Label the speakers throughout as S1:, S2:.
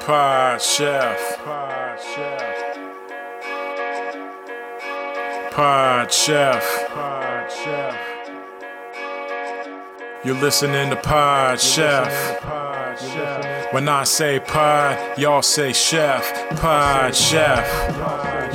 S1: Pod Chef. Pod Chef. Pod Chef. Pod Chef. You're listening to Pod Chef. Pod Chef. When I say pod, y'all say chef. Pod Chef.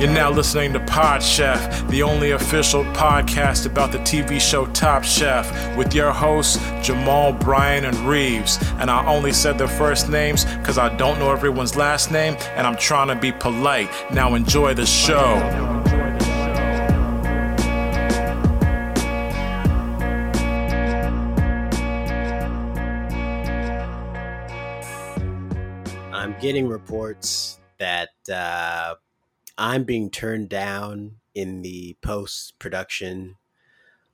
S1: You're now listening to Pod Chef, the only official podcast about the TV show Top Chef, with your hosts, Jamal, Bryan, and Reeves. And I only said their first names because I don't know everyone's last name, and I'm trying to be polite. Now enjoy the show.
S2: I'm getting reports that uh, I'm being turned down in the post production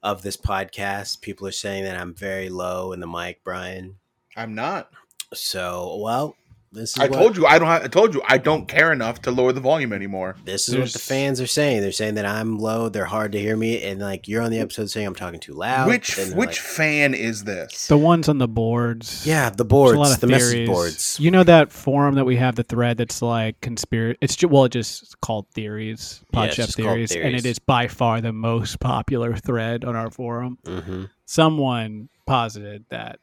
S2: of this podcast. People are saying that I'm very low in the mic, Brian.
S3: I'm not.
S2: So, well, this is
S3: I
S2: what,
S3: told you I don't. Have, I told you I don't care enough to lower the volume anymore.
S2: This is what the
S1: There's-
S2: fans are saying. They're saying that I'm low. They're hard to hear me, and like you're on the episode saying I'm talking too loud.
S3: which
S2: then they're
S3: which
S2: like,
S3: fan is this?
S4: The ones on the boards.
S2: yeah, the
S4: There's a lot
S2: boards,
S4: of
S2: the message
S4: theories.
S2: boards.
S4: You know that forum that we have, the thread that's like conspiracy. It's ju- well, it just it's called theories,
S2: Yeah,
S4: pod
S2: it's
S4: chef
S2: just called
S4: theories, and
S2: theories.
S4: it is by far the most popular thread on our forum.
S2: hmm
S4: Someone posited that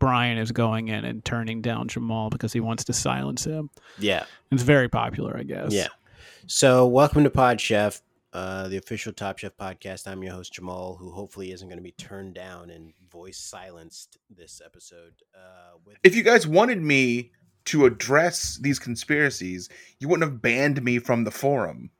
S4: Brian is going in and turning down Jamal because he wants to silence him.
S2: Yeah,
S4: It's very popular, I guess.
S2: yeah. So, welcome to Pod Chef, uh, the official Top Chef podcast. I'm your host Jamal, who hopefully isn't going to be turned down and voice silenced this episode. Uh, with
S3: If you guys wanted me to address these conspiracies, you wouldn't have banned me from the forum.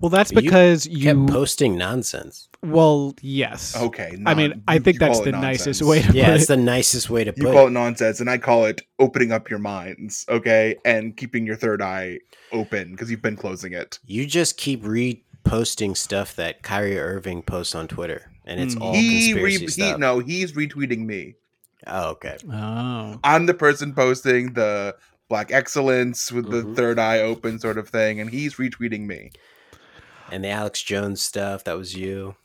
S4: Well, that's
S2: You
S4: because you.
S2: kept posting nonsense,
S4: well, yes.
S3: Okay.
S4: I mean,
S3: non- Oh,
S4: I
S3: you-
S4: think
S3: you
S4: that's
S3: call it
S4: the
S3: nonsense.
S4: nicest way to
S2: yeah,
S4: put
S2: it's
S4: it.
S2: the nicest way to
S3: You
S2: put
S3: call
S2: it.
S3: it nonsense, and I call it opening up your minds, okay, and keeping your third eye open because you've been closing it.
S2: You just keep reposting stuff that Kyrie Irving posts on Twitter, and it's
S4: Mm.
S2: all
S3: he, re-
S2: conspiracy
S3: he
S2: stuff.
S3: no, he's retweeting me.
S2: Oh, okay.
S4: Oh.
S3: I'm the person posting the black excellence with the
S2: Mhm.
S3: third eye open sort of thing, and he's retweeting me.
S2: And the Alex Jones stuff, that was you.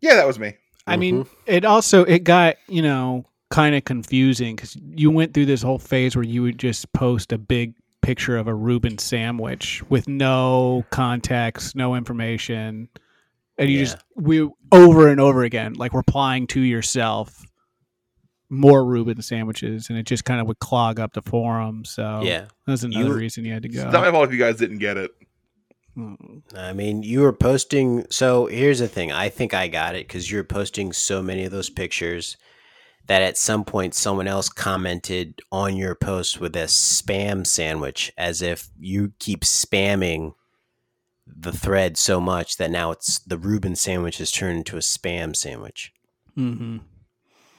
S3: Yeah, that was me.
S4: I mean,
S3: Mm-hmm.
S4: it also it got you know kind of confusing because you went through this whole phase where you would just post a big picture of a Reuben sandwich with no context, no information, and you just we over and over again like replying to yourself more Reuben sandwiches, and it just kind of would clog up the forum. So
S3: Oh.
S2: yeah.
S4: that's another
S2: You-
S4: reason you had to go.
S3: It's not my fault if you guys didn't get it.
S4: Mm.
S2: I mean, you were posting. So here's the thing. I think I got it because you were posting so many of those pictures that at some point someone else commented on your post with a spam sandwich, as if you keep spamming the thread so much that now it's the Reuben sandwich has turned into a spam sandwich.
S4: Mhm.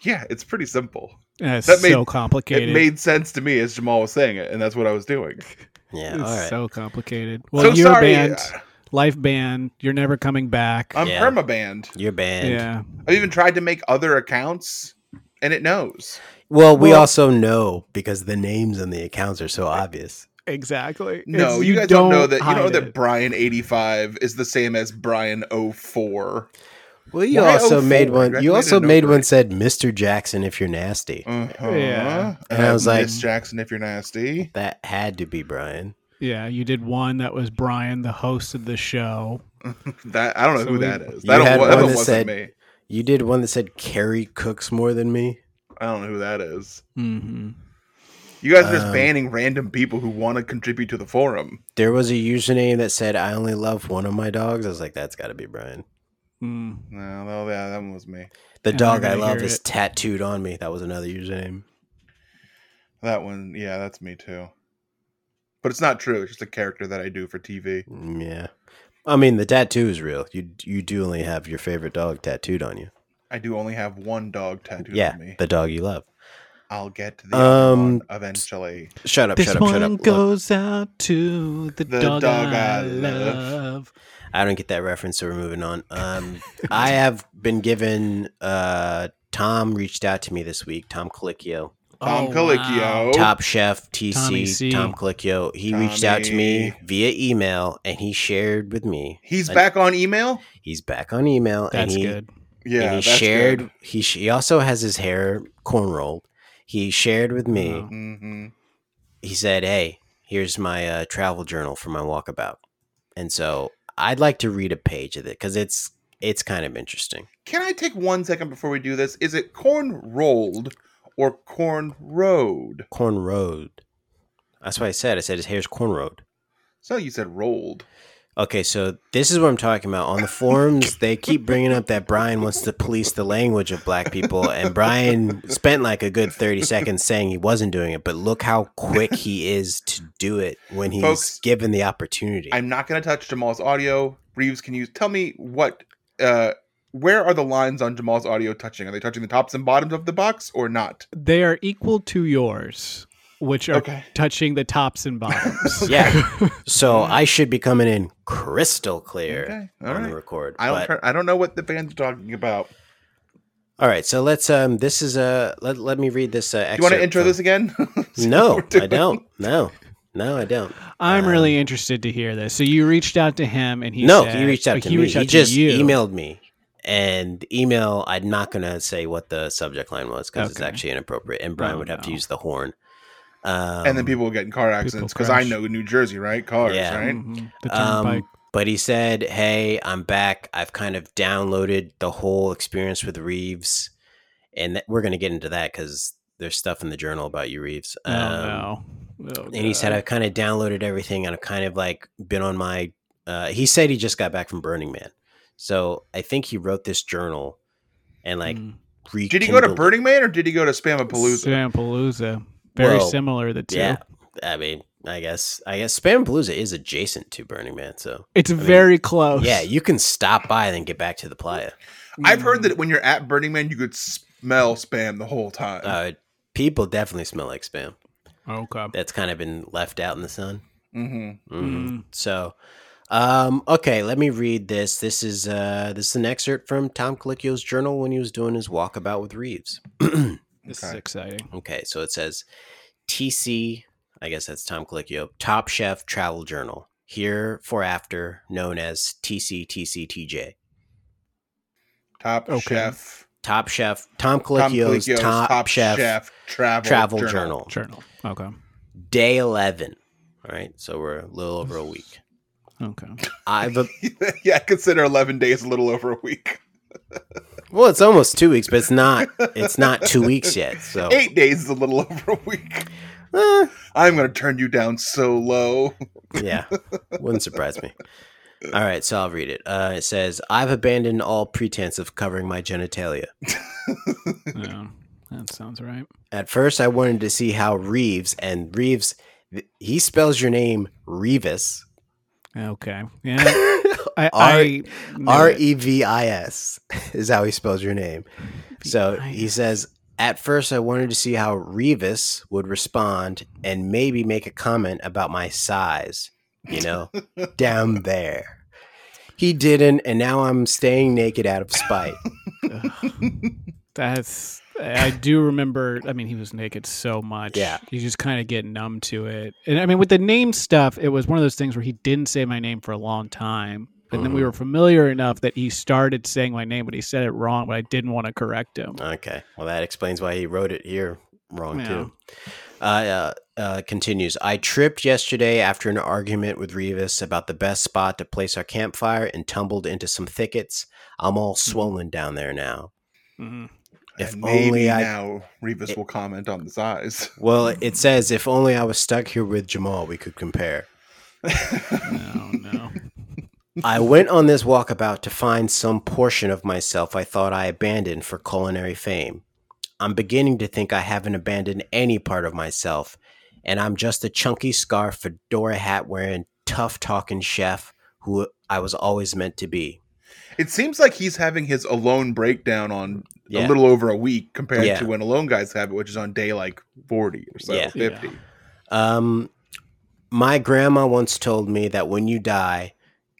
S3: Yeah, it's pretty simple.
S4: That's
S3: That made-
S4: so complicated.
S3: It made sense to me as Jamal was saying it, and that's what I was doing.
S2: Yeah.
S4: it's
S2: all right.
S4: so complicated. Well,
S3: so
S4: you're
S3: sorry. uh,
S4: banned. life ban. You're never coming back.
S3: I'm
S2: Yeah.
S3: perma banned.
S2: You're banned.
S4: yeah,
S3: I've even tried to make other accounts, and it knows.
S2: Well, we
S4: Well-
S2: also know because the names on the accounts are so obvious.
S4: exactly.
S3: No,
S4: It's-
S3: you, guys don't, know that. You know
S4: hide
S3: that
S4: it.
S3: Brian eighty five is the same as Brian 04.
S2: Well, you
S3: Why
S2: also
S3: 04?
S2: made one.
S3: That's
S2: You
S3: made
S2: also
S3: a no
S2: made
S3: for
S2: one
S3: it.
S2: said, "Mr. Jackson, if you're nasty."
S3: Uh-huh. Uh,
S4: Yeah.
S2: And I was like-
S3: Miss Jackson, if you're nasty.
S2: That had to be Brian.
S4: yeah, you did one that was Brian, the host of the show.
S3: That I don't know
S4: So
S3: who
S4: we-
S3: that is.
S2: You
S3: That,
S2: had
S3: don't, that
S2: one that
S3: wasn't
S2: said-
S3: me.
S2: You did one that said, "Carrie cooks more than me."
S3: I don't know who that is.
S4: Mm-hmm.
S3: You guys are just
S2: Um,
S3: banning random people who want to contribute to the forum.
S2: There was a username that said, "I only love one of my dogs." I was like, "That's got to be Brian."
S4: Mm.
S3: No, no, yeah, that one was me.
S2: The
S4: And
S2: dog
S4: they're
S2: I
S4: gonna
S2: love
S4: hear
S2: is
S4: it.
S2: tattooed on me. That was another username.
S3: That one, yeah, that's me too. But it's not true. It's just a character that I do for TV.
S2: Mm, Yeah, I mean the tattoo is real. You you do only have your favorite dog tattooed on you.
S3: I do only have one dog tattooed
S2: yeah,
S3: on me.
S2: the dog you love.
S3: I'll get to the other one
S2: Um,
S3: eventually.
S2: Shut up,
S4: This
S2: shut up,
S4: one
S2: shut up. Look,
S4: goes out to the,
S3: The
S4: dog,
S3: dog
S4: I
S3: I
S4: love.
S3: love.
S2: I don't get that reference, so we're moving on. Um, I have been given. Uh, Tom reached out to me this week. Tom Colicchio,
S3: Tom
S4: Oh, wow.
S3: Colicchio.
S2: Top Chef
S4: Tommy
S2: TC,
S4: C.
S2: Tom Colicchio. He reached out to me
S3: Tommy.
S2: via email, and he shared with me.
S3: He's
S2: I-
S3: back on email.
S2: He's back on email, and
S4: That's
S2: he
S4: good.
S3: Yeah,
S2: and he
S3: that's
S2: shared.
S3: good.
S2: He sh- he also has his hair corn rolled. He shared with me.
S4: Wow.
S3: Mhm.
S2: He said, "Hey, here's my uh, travel journal for my walkabout," and so I'd like to read a page of it because it's it's kind of interesting.
S3: Can I take one second before we do this? Is it corn rolled or corn road?
S2: Corn road. That's what I said. I said his hair's corn road.
S3: So you said rolled.
S2: Okay, so this is what I'm talking about. On the forums, they keep bringing up that Brian wants to police the language of black people, and Brian spent like a good 30 seconds saying he wasn't doing it, but look how quick he is to do it when he's
S3: Folks,
S2: given the opportunity.
S3: I'm not going to touch Jamal's audio. Reeves, can you tell me what? Uh, where are the lines on Jamal's audio touching? Are they touching the tops and bottoms of the box or not?
S4: They are equal to yours, which are
S3: Okay.
S4: touching the tops and bottoms.
S2: yeah. So I should be coming in crystal clear
S3: Okay, all
S2: on
S3: right.
S2: the record.
S3: I don't.
S2: but-
S3: cur- I don't know what the fans are talking about.
S2: all right, so let's um this is a let, let me read this uh,
S3: Do
S2: excerpt.
S3: you want to intro
S2: from-
S3: this again? See
S2: No,
S3: what we're
S2: I
S3: doing?
S2: don't. No. No, I don't.
S4: I'm
S2: Um,
S4: really interested to hear this. So you reached out to him, and he
S2: no,
S4: said,
S2: he reached out
S4: but
S2: to
S4: he
S2: me.
S4: reached out
S2: he
S4: to
S2: just
S4: you.
S2: emailed me, and the email. I'm not gonna say what the subject line was because it's
S4: Okay.
S2: actually inappropriate, and Brian
S4: Oh,
S2: would have to
S4: no.
S2: use the horn. Um,
S3: and then people will get in car accidents because I
S4: crash.
S3: know New Jersey, right? Cars,
S2: Yeah.
S3: right?
S4: Mhm. The turnpike.
S2: Um, but he said, "Hey, I'm back. I've kind of downloaded the whole experience with Reeves, and that, we're gonna get into that because there's stuff in the journal about you, Reeves." Um,
S4: oh no. Oh,
S2: And he said,
S4: God.
S2: I've kind of downloaded everything and I've kind of like been on my. Uh, he said he just got back from Burning Man. So I think he wrote this journal and like
S4: Mm.
S2: rekindled.
S3: Did he go to Burning Man or did he go to Spamapalooza?
S4: Sampalooza. Very
S2: Well,
S4: similar, the two.
S2: Yeah. I mean, I guess, I guess Spam Palooza is adjacent to Burning Man. So
S4: It's
S2: mean,
S4: very
S3: Oh,
S4: close.
S2: yeah, you can stop by and then get back to the playa.
S3: I've heard that when you're at Burning Man, you could smell spam the whole time.
S2: Uh, people definitely smell like spam.
S4: Mm. Okay.
S2: That's kind of been left out in the sun.
S3: hmm
S2: Mhm.
S4: Mm.
S2: So, um, okay, let me read this. This is uh, this is an excerpt from Tom Colicchio's journal when he was doing his walkabout with Reeves.
S4: This is
S3: Okay.
S4: exciting.
S2: okay, so it says TC. I guess that's Tom Colicchio, Top Chef Travel Journal, here for after known as TCTCTJ.
S3: Top
S4: Okay.
S3: Chef.
S2: Top Chef Tom
S3: Tom
S2: Colicchio's
S3: Colicchio's
S2: Top, Chef,
S3: Travel,
S2: Travel Journal.
S4: Journal. Okay.
S2: day eleven. All right, so we're a little over a week.
S4: Okay.
S2: I've a,
S3: yeah, I consider 11 days a little over a week.
S2: well, it's almost two weeks, but it's not. It's not two weeks yet. So
S3: Eight days is a little over a week.
S2: Eh,
S3: I'm going to turn you down so low.
S2: yeah wouldn't surprise me all right so i'll read it uh, it says i've abandoned all pretense of covering my genitalia
S4: Yeah. That sounds right.
S2: at first i wanted to see how reeves and reeves th- he spells your name revis
S4: Okay. Yeah. I,
S2: R- E
S4: I knew it.
S2: r-e-v-i-s is how he spells your name so he
S4: V-I-S.
S2: says at first i wanted to see how revis would respond and maybe make a comment about my size you know down there he didn't and now i'm staying naked out of spite
S4: That's. I do remember. I mean, he was naked so much.
S2: Yeah.
S4: You just kind of get numb to it. And I mean, with the name stuff, it was one of those things where he didn't say my name for a long time. And then we
S2: Mhm.
S4: were familiar enough that he started saying my name, but he said it wrong, but I didn't want to correct him.
S2: Okay. Well, that explains why he wrote it here wrong
S4: Yeah.
S2: too. Uh, uh, uh, continues. I tripped yesterday after an argument with Revis about the best spot to place our campfire and tumbled into some thickets. I'm all swollen down there now.
S4: Mhm.
S2: If
S3: Mm-hmm. And
S2: only
S3: maybe
S2: I.
S3: now Rebus will comment on the size.
S2: Well, it says if only I was stuck here with Jamal, we could compare.
S4: No, no.
S2: I went on this walkabout to find some portion of myself I thought I abandoned for culinary fame. I'm beginning to think I haven't abandoned any part of myself, and I'm just a chunky scarf, fedora hat wearing, tough talking chef who I was always meant to be.
S3: It seems like he's having his alone breakdown on
S2: Yeah.
S3: a little over a week compared
S2: Yeah.
S3: to when alone guys have it, which is on day like forty or so,
S2: Yeah.
S3: fifty.
S2: Um, my grandma once told me that when you die,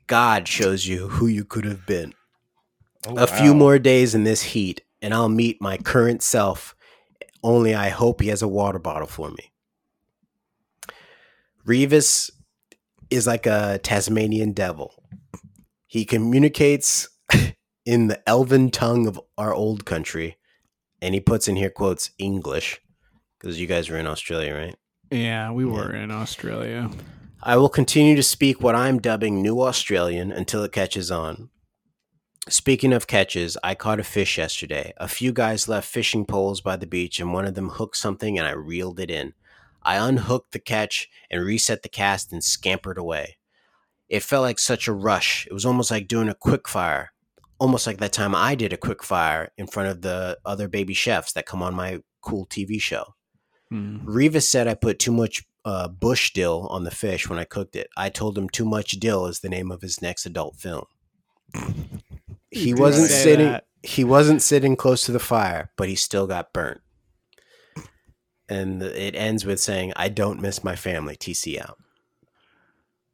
S2: God shows you who you could have been.
S3: Oh,
S2: a few
S3: wow.
S2: more days in this heat, and I'll meet my current self. Only I hope he has a water bottle for me. Revis is like a Tasmanian devil. He communicates in the elven tongue of our old country, and he puts in here quotes English because you guys were in Australia, right?
S4: Yeah, we were in Australia.
S2: I will continue to speak what I'm dubbing New Australian until it catches on. Speaking of catches, I caught a fish yesterday. A few guys left fishing poles by the beach, and one of them hooked something, and I reeled it in. I unhooked the catch and reset the cast and scampered away. It felt like such a rush. It was almost like doing a quick fire, almost like that time I did a quick fire in front of the other baby chefs that come on my cool TV show.
S4: Hmm.
S2: Revis said I put too much uh, bush dill on the fish when I cooked it. I told him too much dill is the name of his next adult film. He
S4: did
S2: wasn't
S4: say
S2: sitting.
S4: that.
S2: He wasn't sitting close to the fire, but he still got burnt. And the- it ends with saying, "I don't miss my family." TC out.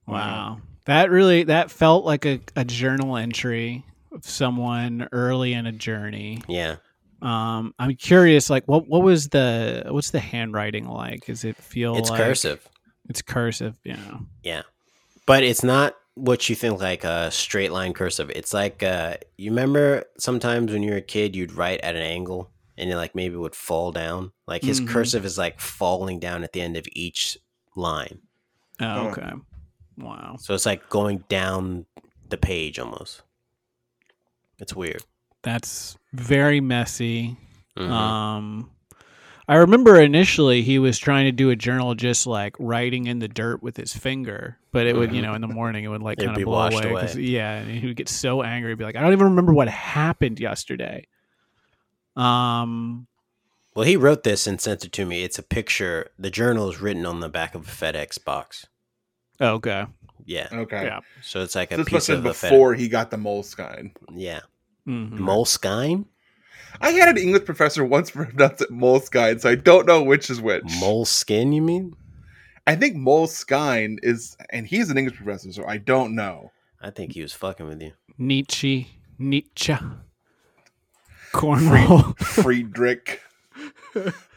S4: Wow. That really that felt like a, a journal entry of someone early in a journey.
S2: Yeah,
S4: Um I'm curious like what what was the what's the handwriting like? Is it feel
S2: it's
S4: like-
S2: cursive,
S4: It's cursive, yeah.
S2: but it's not what you think like a straight line cursive. It's like uh, you remember sometimes when you were a kid, you'd write at an angle and it like maybe would fall down. Like his
S4: Mhm.
S3: Mm-hmm.
S2: cursive is like falling down at the end of each line. Hmm.
S4: Oh,
S3: Huh.
S4: okay. Wow.
S2: So it's like going down the page almost. It's weird.
S4: That's very messy.
S2: Mhm.
S3: Mm-hmm.
S4: Um, I remember initially he was trying to do a journal just like writing in the dirt with his finger, but it would, you know, in the morning it would like
S2: It'd
S4: kind
S2: Mm-hmm. be
S4: of blow
S2: washed
S4: away. 'cause-
S2: away.
S4: Yeah, and he would get so angry, he'd be like, I don't even remember what happened yesterday. Um,
S2: well, he wrote this and sent it to me. It's a picture. The journal is written on the back of a FedEx box.
S4: okay,
S2: Yeah.
S3: Okay,
S4: Yeah.
S2: So it's like
S3: so
S2: a
S3: this must
S2: piece
S3: have
S2: of
S3: been
S2: a FedEx.
S3: before Mm-hmm. he got the moleskine.
S2: Yeah.
S4: Mhm.
S2: Moleskine?
S3: I had an English professor once pronounce it moleskine, so I don't know which is which.
S2: Moleskin, you mean?
S3: I think moleskine is, and he's an English professor, so I don't know.
S2: I think he was fucking with you.
S4: Nietzsche, Nietzsche, Cornwall.
S3: Friedrich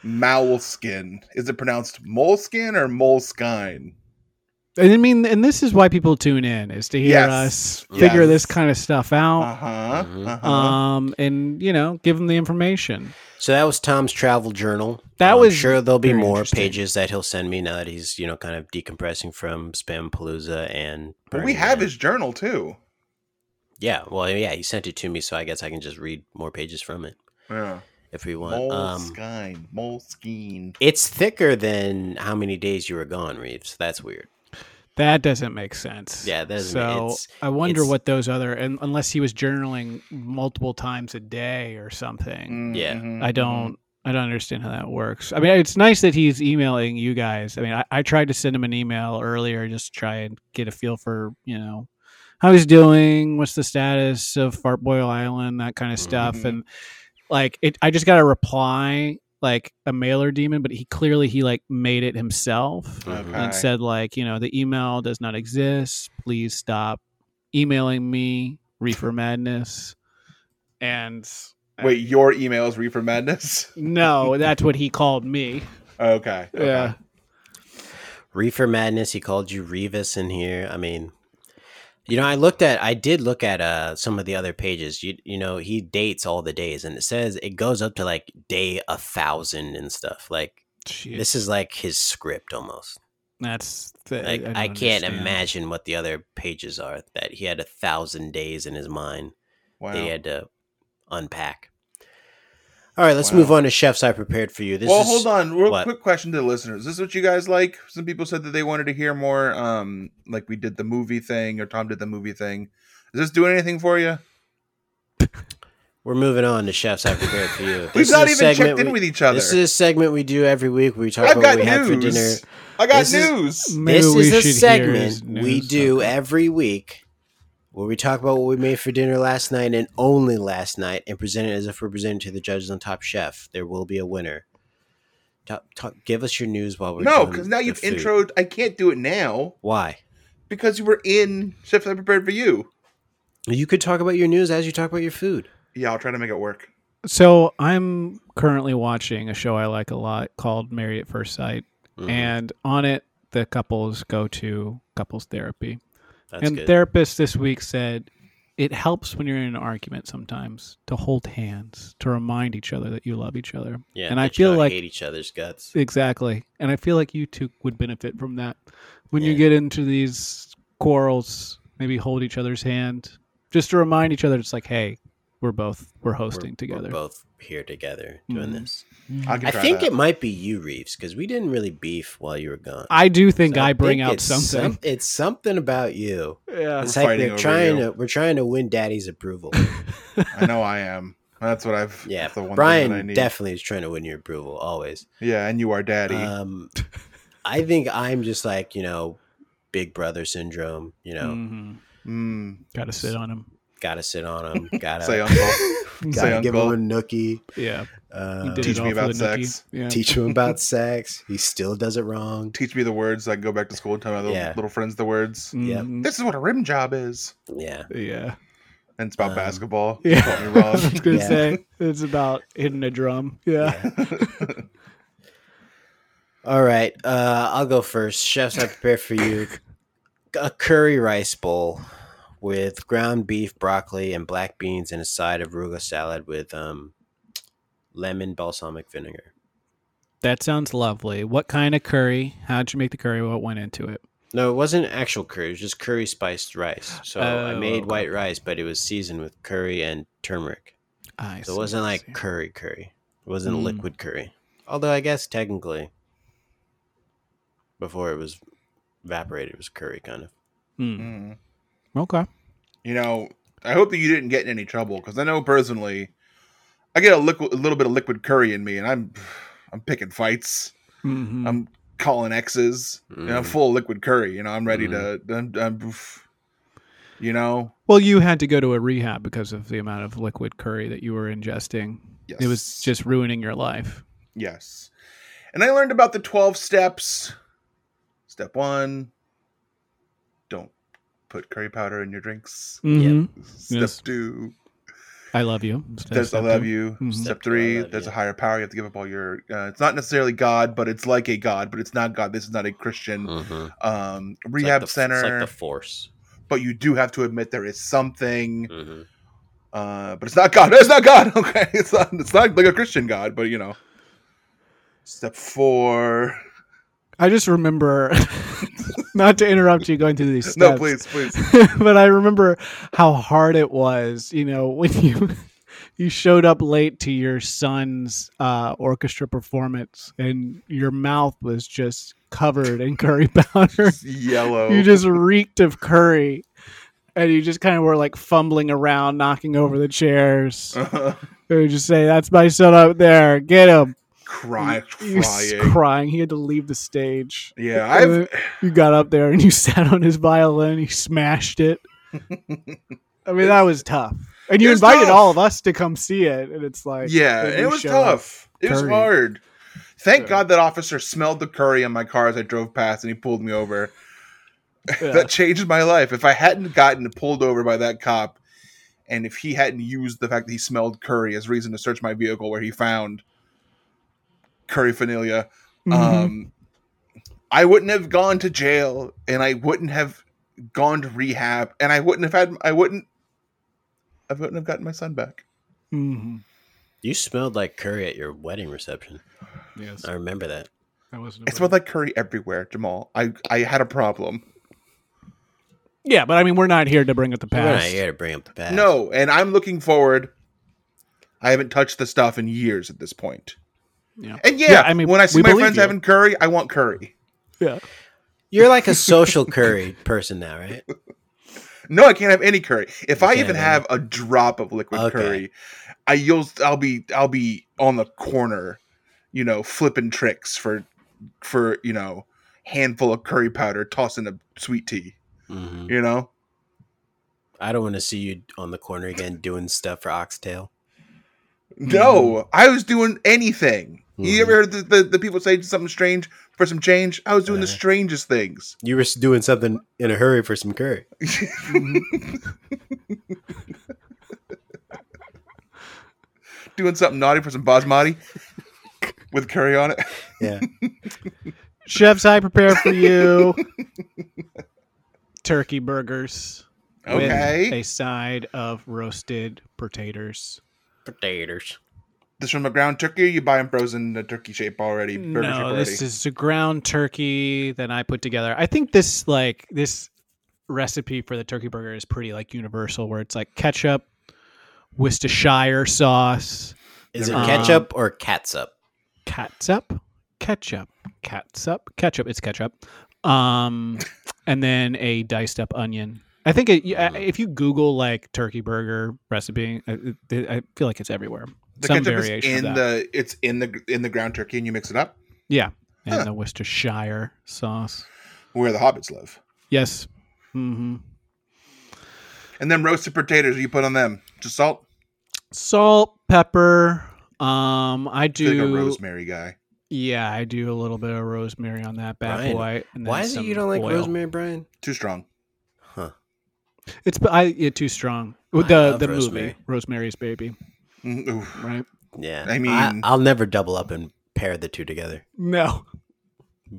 S3: Moleskine. Is it pronounced moleskin or moleskine?
S4: And I mean, and this is why people tune in is to hear
S3: Yes.
S4: us figure
S3: Yes.
S4: this kind of stuff out.
S3: Uh huh.
S2: Mhm.
S3: Uh huh.
S4: Oh. um, and you know, give them the information.
S2: So that was Tom's travel journal.
S4: That
S2: I'm
S4: was
S2: sure there'll be
S4: very
S2: more
S4: interesting.
S2: pages that he'll send me now that he's you know kind of decompressing from Spam Palooza and.
S3: but we
S2: Burning
S3: have
S2: Man.
S3: his journal too.
S2: Yeah, well, yeah, he sent it to me, so I guess I can just read more pages from it
S3: Yeah.
S2: if we want. Um,
S3: Moleskine. moleskine.
S2: it's thicker than how many days you were gone, Reeves. That's weird.
S4: That doesn't make sense.
S2: Yeah, that doesn't-
S4: so
S2: it's-
S4: I wonder
S2: it's-
S4: what those other, and unless he was journaling multiple times a day or something.
S3: Mm,
S2: Yeah.
S3: mhm,
S4: I don't. I don't understand how that works. I mean, it's nice that he's emailing you guys. I mean, I, I tried to send him an email earlier just to try and get a feel for you know how he's doing, what's the status of Fartboil Island, that kind of stuff,
S3: Mhm.
S4: and like it. I just got a reply like a mailer demon, but he clearly he like made it himself
S3: mhm.
S2: Mhm.
S3: Okay.
S4: and said like you know the email does not exist please stop emailing me reefer madness and
S3: Wait, your email is Reefer Madness?
S4: no that's what he called me
S3: Okay. okay.
S4: yeah
S2: Reefer Madness. He called you Revis in here. I mean, you know, I looked at, I did look at uh, some of the other pages. You, you know, he dates all the days, and it says it goes up to like day a thousand and stuff. Like
S4: Shit.
S2: this is like his script almost.
S4: that's the,
S2: Like
S4: don't
S2: I, can't
S4: understand.
S2: imagine what the other pages are that he had a thousand days in his mind
S3: Wow.
S2: that he had to unpack. All right, let's move
S3: Wow.
S2: on to chefs I prepared for you. This
S3: well,
S2: is
S3: hold on. Real
S2: what?
S3: quick question to the listeners: Is this what you guys like? Some people said that they wanted to hear more. Um, like we did the movie thing, or Tom did the movie thing. Is this doing anything for you?
S2: We're moving on to chefs I prepared for you. This
S3: We've
S2: is
S3: not
S2: a
S3: even
S2: segment
S3: checked in
S2: we-
S3: with each other.
S2: This is a segment we do every week. where We talk
S3: I've
S2: about
S3: got
S2: what we had for
S3: news.
S2: dinner.
S3: I got
S2: This is-
S3: news.
S4: Maybe
S2: This
S4: we
S2: is
S4: should
S2: a
S4: hear
S2: segment
S4: his
S2: we
S4: news.
S2: do
S4: Okay.
S2: every week where we talk about what we made for dinner last night and only last night and present it as if we're presenting to the judges on Top Chef. There will be a winner. Talk, talk, give us your news while we're
S3: no,
S2: doing
S3: because now
S2: Oh, the
S3: you've
S2: food.
S3: introed. I can't do it now
S2: Why?
S3: because you were in Chefs I Prepared for You.
S2: You could talk about your news as you talk about your food.
S3: Yeah, I'll try to make it work.
S4: So I'm currently watching a show I like a lot called Married at First Sight,
S2: Mhm,
S4: and on it the couples go to couples therapy.
S2: that's
S4: and
S2: good.
S4: therapist this week said it helps when you're in an argument sometimes to hold hands to remind each other that you love each other.
S2: yeah,
S4: and I
S2: that you
S4: feel
S2: don't
S4: like
S2: hate each other's guts.
S4: Exactly. And I feel like you two would benefit from that. When you
S2: Yeah.
S4: get into these quarrels, maybe hold each other's hand just to remind each other it's like, hey, we're both we're
S2: We're-
S4: hosting together.
S2: We're both here together doing
S4: Mhm.
S2: this.
S3: I can
S2: I
S3: try
S2: think
S3: that.
S2: it might be you, Reeves, because we didn't really beef while you were gone.
S4: I do think
S2: So
S4: I bring
S2: think
S4: out
S2: it's
S4: something.
S2: some- it's something about you.
S4: yeah.
S2: It's
S3: We're
S2: like
S3: fighting
S2: they're
S3: over
S2: trying
S3: you.
S2: to we're trying to win Daddy's approval.
S3: I know I am. That's what I've.
S2: Yeah,
S3: that's the one thing that I
S2: Brian
S3: need.
S2: definitely is trying to win your approval always.
S3: Yeah, and you are daddy.
S2: Um, I think I'm just like you know, big brother syndrome. You know,
S4: Mhm.
S3: mm,
S4: Gotta sit on him.
S2: gotta sit on him. Gotta
S3: Say uncle. Say
S2: gotta give
S3: uncle.
S2: him a nookie.
S4: Yeah. you
S2: Uh,
S4: did
S3: teach
S4: it
S3: me
S4: all for
S3: about
S4: the nookie.
S3: sex.
S4: Yeah.
S2: teach him about sex. He still does it wrong.
S3: Teach me the words. So I can go back to school and tell my little,
S2: Yeah.
S3: little friends the words.
S2: Yep.
S4: Mhm.
S3: This is what a rim job is.
S2: Yeah,
S4: Yeah.
S3: And it's about
S2: Um,
S3: basketball.
S4: yeah.
S3: Caught me
S4: I was
S3: wrong.
S4: gonna
S2: Yeah.
S4: say it's about hitting a drum. Yeah.
S2: yeah. All right, uh, I'll go first. Chefs, I prepare for you a curry rice bowl with ground beef, broccoli, and black beans, and a side of arugula salad with um, lemon balsamic vinegar.
S4: That sounds lovely. What kind of curry? How'd you make the curry? What went into it?
S2: No, it wasn't actual curry; it was just curry spiced rice. So I
S4: Oh,
S2: made
S4: okay.
S2: white rice, but it was seasoned with curry and turmeric.
S4: I
S2: So
S4: see,
S2: it wasn't
S4: I
S2: like
S4: see.
S2: curry curry. It wasn't
S4: Mm.
S2: liquid curry. Although I guess technically, before it was evaporated, it was curry kind of.
S4: Mm.
S3: Mm.
S4: Okay.
S3: you know, I hope that you didn't get in any trouble because I know personally, I get a, liquid, a little bit of liquid curry in me, and I'm I'm picking fights,
S4: Mhm.
S3: I'm calling exes, and I'm
S2: Mm.
S3: full of liquid curry. You know, I'm ready to, I'm, I'm- you know,
S4: Well, you had to go to a rehab because of the amount of liquid curry that you were ingesting. It was
S3: Yes.
S4: just ruining your life.
S3: yes. And I learned about the twelve steps. Step one: don't put curry powder in your drinks.
S4: Mhm.
S3: Step
S4: Yes.
S3: two:
S4: I love you.
S3: That's I love you.
S4: Mhm.
S3: Step
S2: Step two, I
S3: three,
S2: love
S3: there's a
S2: you.
S3: higher power. You have to give up all your. Uh, it's not necessarily God, but it's like a God, but it's not God. This is not a Christian
S2: Mhm.
S3: um,
S2: It's like
S3: rehab
S2: the-
S3: center.
S2: It's like the force.
S3: but you do have to admit there is something.
S2: hmm
S3: Uh, but it's not God. It's not God. Okay, it's not. It's not like a Christian God, but you know. Step four.
S4: I just remember, not to interrupt you going through these steps.
S3: No, please, please.
S4: but I remember how hard it was, you know, when you you showed up late to your son's uh, orchestra performance and your mouth was just covered in curry powder.
S3: It's Yellow.
S4: you just reeked of curry and you just kind of were like fumbling around knocking over the chairs
S3: Uh.
S4: and you just say that's my son up there get him
S3: cry,
S4: he was
S3: crying.
S4: crying he had to leave the stage
S3: yeah,
S4: And
S3: I've.
S4: then you got up there and you sat on his violin you smashed it i mean that was tough and you
S3: It was
S4: invited
S3: tough.
S4: all of us to come see it and it's like
S3: yeah,
S4: then
S3: it
S4: you
S3: was
S4: show up.
S3: tough. It was
S4: curry.
S3: hard. Thank
S4: So-
S3: God that officer smelled the curry on my car as I drove past and he pulled me over.
S4: Yeah.
S3: That changed my life. If I hadn't gotten pulled over by that cop and if he hadn't used the fact that he smelled curry as reason to search my vehicle where he found curry finalia,
S4: Mhm.
S3: um, I wouldn't have gone to jail and I wouldn't have gone to rehab and I wouldn't have had I wouldn't I wouldn't have gotten my son back.
S4: Mhm.
S2: You smelled like curry at your wedding reception.
S4: yes
S2: I remember that.
S4: that wasn't
S3: It smelled like curry everywhere, Jamal. I I had a problem.
S4: yeah but i mean we're not here to bring up the
S2: We're not
S4: past
S2: here to bring up the past.
S3: No, and I'm looking forward. I haven't touched the stuff in years at this point.
S4: Yeah.
S3: And yeah,
S4: Yeah,
S3: I
S4: I
S3: mean,
S4: mean,
S3: when I see
S4: we
S3: my
S4: believe
S3: friends
S4: you.
S3: having curry, I want curry.
S4: yeah
S2: you're like a social curry person now, right?
S3: No, I can't have any curry. If I
S2: can't
S3: even have
S2: have
S3: a drop of liquid
S2: Okay.
S3: curry, I you'll I'll be I'll be on the corner, you know, flipping tricks for for, you know, handful of curry powder tossing a sweet tea,
S2: hmm
S3: you know?
S2: I don't want to see you on the corner again doing stuff for Oxtail.
S4: Mm-hmm.
S3: No, I was doing anything. You ever heard the, the, the people say something strange for some change? I was doing the
S2: Uh-huh.
S3: strangest things.
S2: You were doing something in a hurry for some curry.
S4: Mm-hmm.
S3: doing something naughty for some basmati with curry on it.
S2: Yeah.
S4: Chefs, I prepare for you turkey burgers with
S3: Okay.
S4: a side of roasted potatoes.
S2: Potatoes.
S3: This from a ground turkey or you buy them frozen in a turkey shape already? Burger shape
S4: no,
S3: already?
S4: this is a ground turkey that I put together. I think this like this recipe for the turkey burger is pretty like universal, where it's like ketchup, Worcestershire sauce,
S2: Is it
S3: Um,
S2: ketchup or catsup?
S4: catsup, ketchup, catsup, ketchup. It's ketchup. Um, and then a diced up onion. I think it, you- I- if you Google like turkey burger recipe, I, it- I feel like it's everywhere.
S3: the
S4: Some
S3: ketchup is
S4: variation
S3: in
S4: of that.
S3: the it's in the in the ground turkey and you mix it up
S4: yeah, and
S3: Huh.
S4: the Worcestershire sauce.
S3: where the hobbits live.
S4: Yes. Mm-hmm.
S3: And then roasted potatoes you put on them. Just salt.
S4: Salt, pepper. Um, I
S3: I feel like a
S4: do.
S3: rosemary guy.
S4: yeah, I do a little bit of rosemary on that bad
S2: Brian,
S4: boy. and then
S2: Why is it
S4: some
S2: you don't like
S4: oil.
S2: rosemary, Brian?
S3: Too strong.
S2: Huh.
S4: It's I yeah, too strong. With
S2: I
S4: the
S2: love
S4: the
S2: rosemary.
S4: movie Rosemary's Baby,
S3: Mm, oof.
S4: right?
S2: Yeah.
S3: I
S2: I,
S3: mean-
S2: I'll never double up and pair the two together.
S4: No,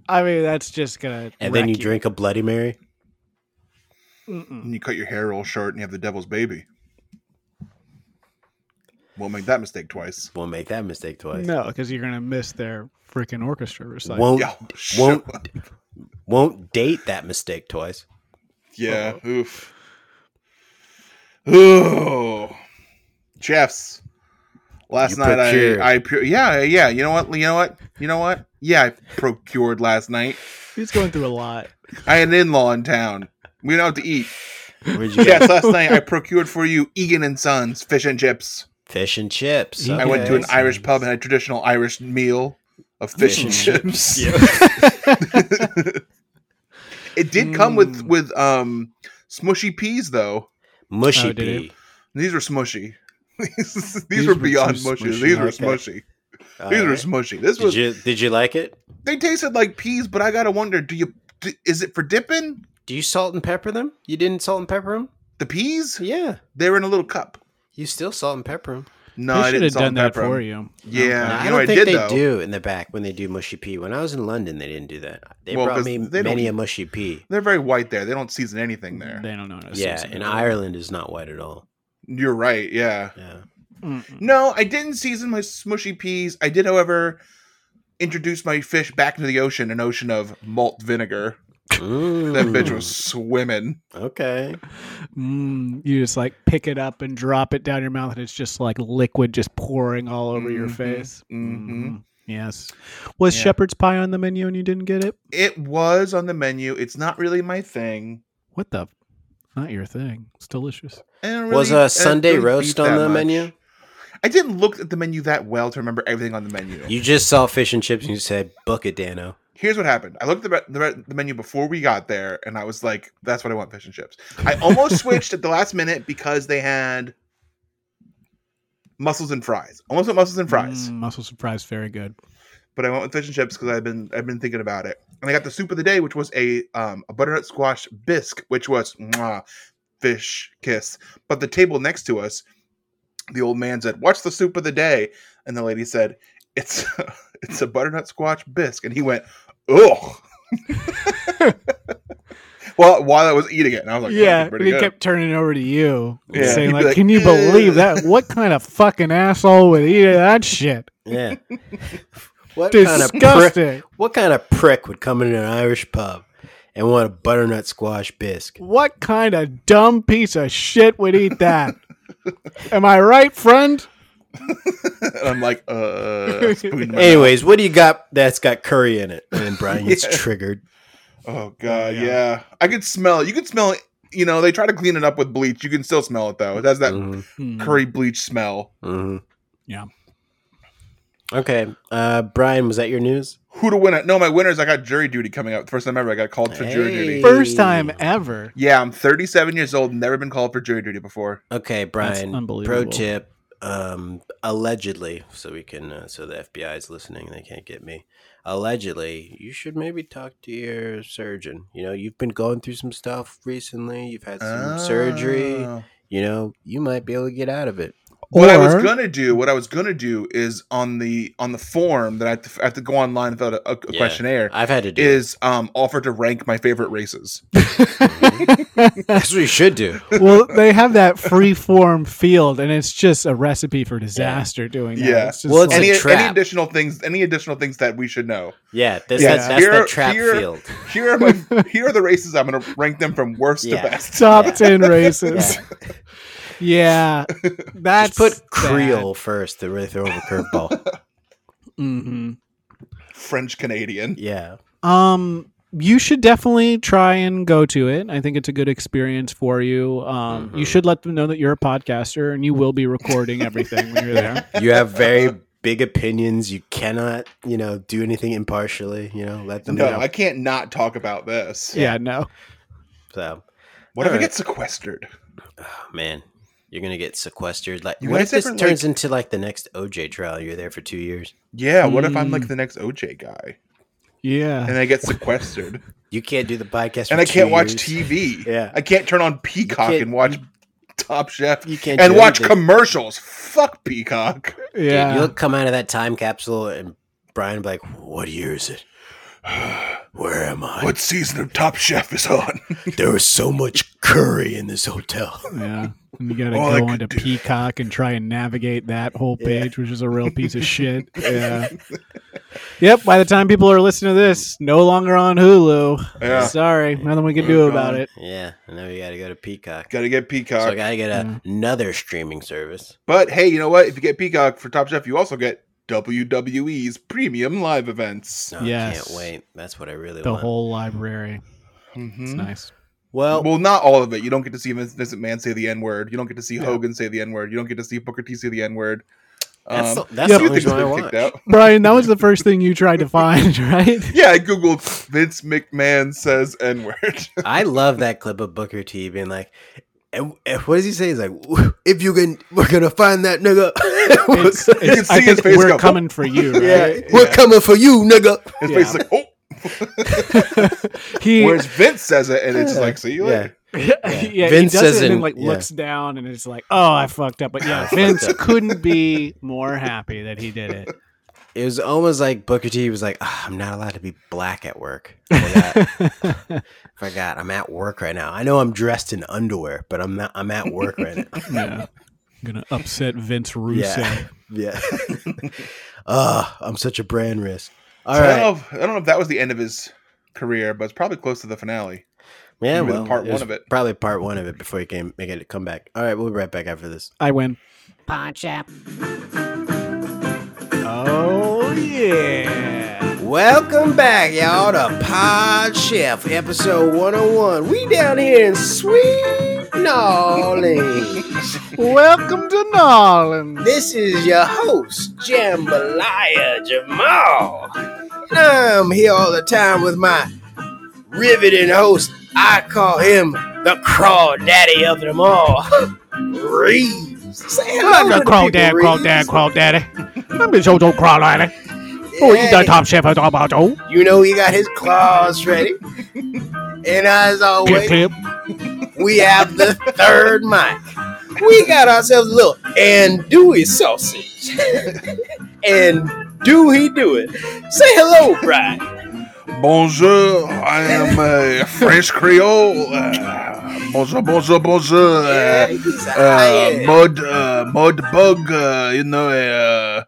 S4: I mean that's just gonna.
S2: And then you
S4: wreck
S2: drink a Bloody Mary.
S4: Mm-mm.
S3: And you cut your hair real short and you have the devil's baby. Won't make that mistake twice.
S2: Won't make that mistake twice.
S4: No, because you're gonna miss their freaking orchestra recital.
S2: Won't
S3: Yeah.
S2: won't won't date that mistake twice.
S3: Yeah.
S2: Uh-huh.
S3: Oof. Oh, chefs. Last
S2: You
S3: night
S2: procured.
S3: I I pu- yeah yeah you know what you know what you know what yeah I procured last night.
S4: He's going through a lot.
S3: I had an in law in town. We don't have to eat.
S2: Where'd you
S3: Yes,
S2: get
S3: last night I procured for you Egan and Sons fish and chips.
S2: fish and chips?
S4: I
S3: I went to an
S2: Okay.
S3: Irish pub and had a traditional Irish meal of fish and
S4: Mm.
S3: chips. it did come with
S4: Mm.
S3: with um smushy peas though.
S2: mushy
S4: Oh, did it?
S2: pea.
S3: These were smushy. these, these
S4: These
S3: were
S4: were
S3: beyond
S4: too
S3: mushy.
S4: smushy.
S3: These were
S2: Okay.
S3: smushy.
S2: All
S3: These were
S2: right.
S3: smushy. This
S2: Did
S3: was.
S2: you did you like it?
S3: They tasted like peas, but I gotta wonder: Do you? d is it for dipping
S2: Do you salt and pepper them? You didn't salt and pepper them?
S3: the peas?
S2: Yeah,
S3: They were in a little cup.
S2: you still salt and pepper them.
S3: No,
S4: they
S3: I
S4: should
S3: didn't
S4: have
S3: salt
S4: done
S3: and
S4: that
S3: pepper
S4: for
S3: 'em.
S4: you.
S3: Yeah,
S2: Now, I
S3: Uh, you know
S2: don't
S3: I
S2: think
S3: did
S2: they
S3: though.
S2: do in the back when they do mushy pea. When I was in London, they didn't do that. They
S3: Well,
S2: brought
S3: 'cause
S2: me
S3: they don't-
S2: many a mushy pea.
S3: They're very white there. They don't season anything there.
S4: They don't know. how to
S2: Yeah,
S4: season
S2: and
S4: it.
S2: Ireland is not white at all.
S3: You're right. Yeah.
S2: Yeah.
S4: Mm-mm.
S3: No, I didn't season my smushy peas. I did, however, introduce my fish back into the ocean, an ocean of malt vinegar. That bitch was swimming.
S2: okay.
S4: Mm, you just like pick it up and drop it down your mouth, and it's just like liquid just pouring all over your
S3: Mhm,
S4: face.
S3: mhm.
S4: Mhm. Yes. Was
S3: Yeah.
S4: shepherd's pie on the menu and you didn't get it?
S3: It was on the menu. It's not really my thing.
S4: What the? Not your thing. It's delicious.
S3: I don't
S2: Was
S3: really- I
S2: a Sunday
S3: don't
S2: roast
S3: eat
S2: on
S3: that
S2: the
S3: much.
S2: menu?
S3: I didn't look at the menu that well to remember everything on the menu.
S2: You just saw fish and chips and you said, "Book it, Dano."
S3: Here's what happened. I looked at the, re- the, re- the menu before we got there, and I was like, "That's what I want: fish and chips." I almost switched at the last minute because they had mussels and fries. Almost went mussels and fries.
S4: Mm, mussels and fries, very good.
S3: but I went with fish and chips because I've been I've been thinking about it. And I got the soup of the day, which was a um, a butternut squash bisque, which was mwah, fish kiss. But the table next to us, the old man said, "What's the soup of the day?" And the lady said, "It's it's a butternut squash bisque." And he went, "Ugh." well, while I was eating it, and I was like,
S4: yeah,
S3: "Yeah,
S4: and
S3: pretty
S4: he
S3: good."
S4: kept turning over to you, and
S3: Yeah,
S4: saying
S3: he'd be
S4: like,
S3: like,
S4: "Can you
S3: "Ugh."
S4: believe that? What kind of fucking asshole would eat that shit?
S2: Yeah. what kind of prick,
S4: Disgusting!
S2: What kind of prick would come in an Irish pub and want a butternut squash bisque?
S4: what kind of dumb piece of shit would eat that? Am I right, friend?
S3: and I'm like, "Uh, spoon in my mouth.
S2: Anyways, what do you got that's got curry in it? And Brian gets triggered.
S3: Oh god,
S4: yeah.
S3: yeah. I could smell it. You could smell it. You know, they try to clean it up with bleach. You can still Uh,
S2: Mm. Mm-hmm.
S3: Hmm. smell it though. It has that
S2: Mhm,
S3: curry bleach smell.
S2: mhm.
S4: Yeah.
S2: Okay. Uh, Brian, was that your news?
S3: Who to win at? No, my winners. I got jury duty coming up. First time ever, I got called for jury
S2: Hey.
S3: duty.
S4: First time ever.
S3: Yeah, I'm 37 years old. Never been called for jury duty before.
S2: Okay, Brian. Pro
S4: unbelievable.
S2: tip. Um, allegedly, so we can, uh, so the FBI is listening, they can't get me. Allegedly, you should maybe talk to your surgeon. You know, you've been going through some stuff recently. You've had some surgery.
S3: Oh.
S2: You know, you might be able to get out of it.
S3: What I was
S4: Or-
S3: gonna do, what I was gonna do, is on the on the form that I have to, I have to go online and fill out a, a
S2: Yeah.
S3: questionnaire.
S2: I've had to do.
S3: Is um offer to rank my favorite races.
S2: That's what you should do.
S4: well, they have that free form field, and it's just a recipe for disaster doing that.
S3: Yeah.
S4: It's just
S2: Well, it's
S3: Any,
S2: a
S4: like-
S3: any
S2: trap.
S3: additional things? Any additional things that we should know?
S2: Yeah, this,
S4: Yeah.
S2: that's, that's
S3: Here-
S2: the trap
S3: here-
S2: field.
S3: Here are my here are the races. I'm gonna rank them from worst
S2: Yeah.
S3: to best.
S4: top
S2: Yeah.
S4: 10 races.
S2: Yeah.
S4: Yeah. That's
S2: Just put Creole first to really throw over curveball.
S4: hmm
S3: French Canadian.
S2: yeah.
S4: Um, you should definitely try and go to it. I think it's a good experience for you. Um, you
S3: Mm-hmm.
S2: Mhm.
S4: should let them know that you're a podcaster and you will be recording everything when you're there.
S2: You have very big opinions. You cannot, you know, do anything impartially, you know, let them
S3: No,
S2: know.
S3: I can't not talk about this.
S4: Yeah, no.
S2: so,
S3: What if I
S2: Alright.
S3: get sequestered?
S2: oh, man, you're going to get sequestered. Like,
S3: You
S2: what
S3: guys
S2: if this
S3: ever,
S2: turns into like the next OJ trial? You're there for two years.
S3: Yeah. What if I'm
S4: Mm.
S3: like the next OJ guy
S4: Yeah.
S3: and I get sequestered
S2: You can't do the podcast. for
S3: and I can't
S2: two
S3: watch
S2: years.
S3: TV?
S2: Yeah.
S3: I can't turn on Peacock
S2: can't-
S3: and watch Top Chef
S2: You can't
S3: and
S2: do
S3: watch
S2: anything.
S3: commercials. Fuck Peacock.
S2: Dude,
S4: Yeah.
S2: You'll come out of that time capsule and Brian will be like, what year is it? Where am I?
S3: What season of Top Chef is on?
S2: There was so much curry in this hotel.
S4: yeah. And you got to
S3: All I
S4: go
S3: could
S4: onto
S3: do-
S4: Peacock and try and navigate that whole
S2: Yeah.
S4: page, which is a real piece of shit. Yeah. yep. By the time people are listening to this, no longer on Hulu.
S3: Yeah.
S4: Sorry. Nothing we can do
S3: Oh,
S4: about
S3: God.
S4: it.
S2: Yeah, and now you got to go to Peacock.
S3: Gotta get
S2: So I
S3: Peacock.
S2: got to get a-
S4: Mm.
S2: another streaming service.
S3: But hey, you know what? If you get Peacock for Top Chef, you also get WWE's premium live events.
S2: No, Oh, I
S4: Yes.
S2: can't wait. That's what I really
S4: The
S2: want.
S4: whole library. It's
S3: Mhm.
S4: nice.
S2: well,
S3: Well, not all of it. You don't get to see Vince- Vincent Mann say the N word. You don't get to see Hogan say the N word. You don't get to see Booker T say the N word.
S2: that's,
S3: Um,
S2: the, that's
S4: yeah,
S2: the only
S3: few
S2: reason
S3: things
S2: why I
S3: they've
S2: watch.
S3: kicked out.
S4: Brian, that was the first thing you tried to find, right?
S3: Yeah, I googled Vince McMahon says N word.
S2: I love that clip of Booker T being like, and, and what does he say? He's like, if you can, we're going to find that nigga. we're
S4: It's-
S2: gonna-
S4: it's-
S3: see
S4: I
S3: his
S4: think
S3: face
S4: we're
S3: go,
S4: coming for you. Right?
S2: yeah, we're coming for you, nigga.
S3: His
S4: Yeah.
S3: face is like, oh.
S4: He,
S3: Whereas Vince says it, and it's just like, see you
S2: Yeah.
S3: later.
S4: yeah, he
S2: Vince
S4: does it and
S2: isn't-
S4: then, like
S2: yeah.
S4: looks down and it's like, oh, I fucked up. But yeah,
S2: I fucked
S4: Vince
S2: up.
S4: couldn't be more happy that he did it.
S2: It was almost like Booker T was like, "Ah, I'm not allowed to be black at work. I forgot. forgot. I'm at work right now. I know I'm dressed in underwear, but I'm not. I'm at work right now.
S4: Yeah. I'm gonna upset Vince Russo.
S2: Yeah. Yeah. Ah, I'm such a brand risk. All
S3: So I, don't know
S2: right.
S3: if, I don't know if that was the end of his career, but it's probably close to the finale.
S2: Yeah,
S3: maybe
S2: well,
S3: part
S2: was
S3: one of it.
S2: Probably part one of it before he came make it a comeback. All right, we'll be right back after this.
S4: I win. Oh yeah.
S2: Welcome back, y'all, to Pod Chef, episode 101. We down here in sweet Nolly.
S4: Welcome to Nolan.
S2: This is your host, Jambalaya Jamal. And I'm here all the time with my riveting host. I call him the crawl daddy of them all. Reeves. Say hello to the
S4: Crawl, crawl,
S2: people,
S4: dad, crawl,
S2: Reeves.
S4: dad, crawl, daddy. I'm the Jojo Crawl Daddy. Oh, you
S2: Hey,
S4: the top chef of all about oh? Joe.
S2: you know he got his claws ready. and as
S4: Clip,
S2: always,
S4: clip.
S2: we have the third mic. We got ourselves a little andouille sausage. and do he do it? Say hello, Brian.
S4: Uh,
S3: Bonjour, I am a French Creole. Uh, bonjour, bonjour, bonjour.
S2: Yeah,
S3: Uh,
S2: he's a
S3: uh,
S2: high-end.
S3: mud, uh, mud bug, uh, you know, uh,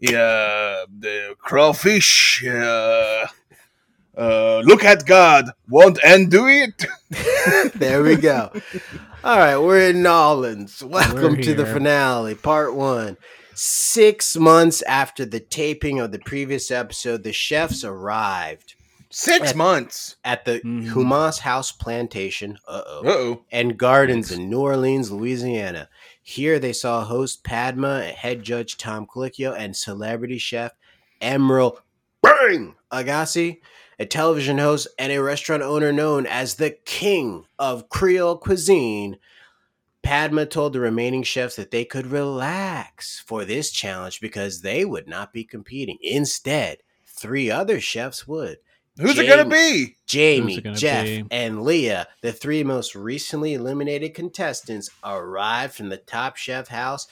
S3: yeah, the crawfish. Uh, uh, look at God, want and do it.
S2: there we go. All right, we're in Nolans. Welcome
S4: We're
S2: to the
S4: here.
S2: finale, part one. Six months after the taping of the previous episode, the chefs arrived
S3: Six
S2: At-
S3: months.
S2: at the
S4: Mhm.
S2: Humas House Plantation. Uh oh
S3: Uh oh.
S2: and gardens in New Orleans, Louisiana. Here they saw host Padma, head judge Tom Colicchio, and celebrity chef Emeril Bang Agassi, a television host and a restaurant owner known as the King of Creole Cuisine. Padma told the remaining chefs that they could relax for this challenge because they would not be competing. Instead, three other chefs would.
S3: Who's it
S2: Jamie-
S3: gonna be?
S2: Jamie,
S4: it gonna
S2: Jeff,
S4: be?
S2: and Leah, the three most recently eliminated contestants, arrived from the Top Chef house.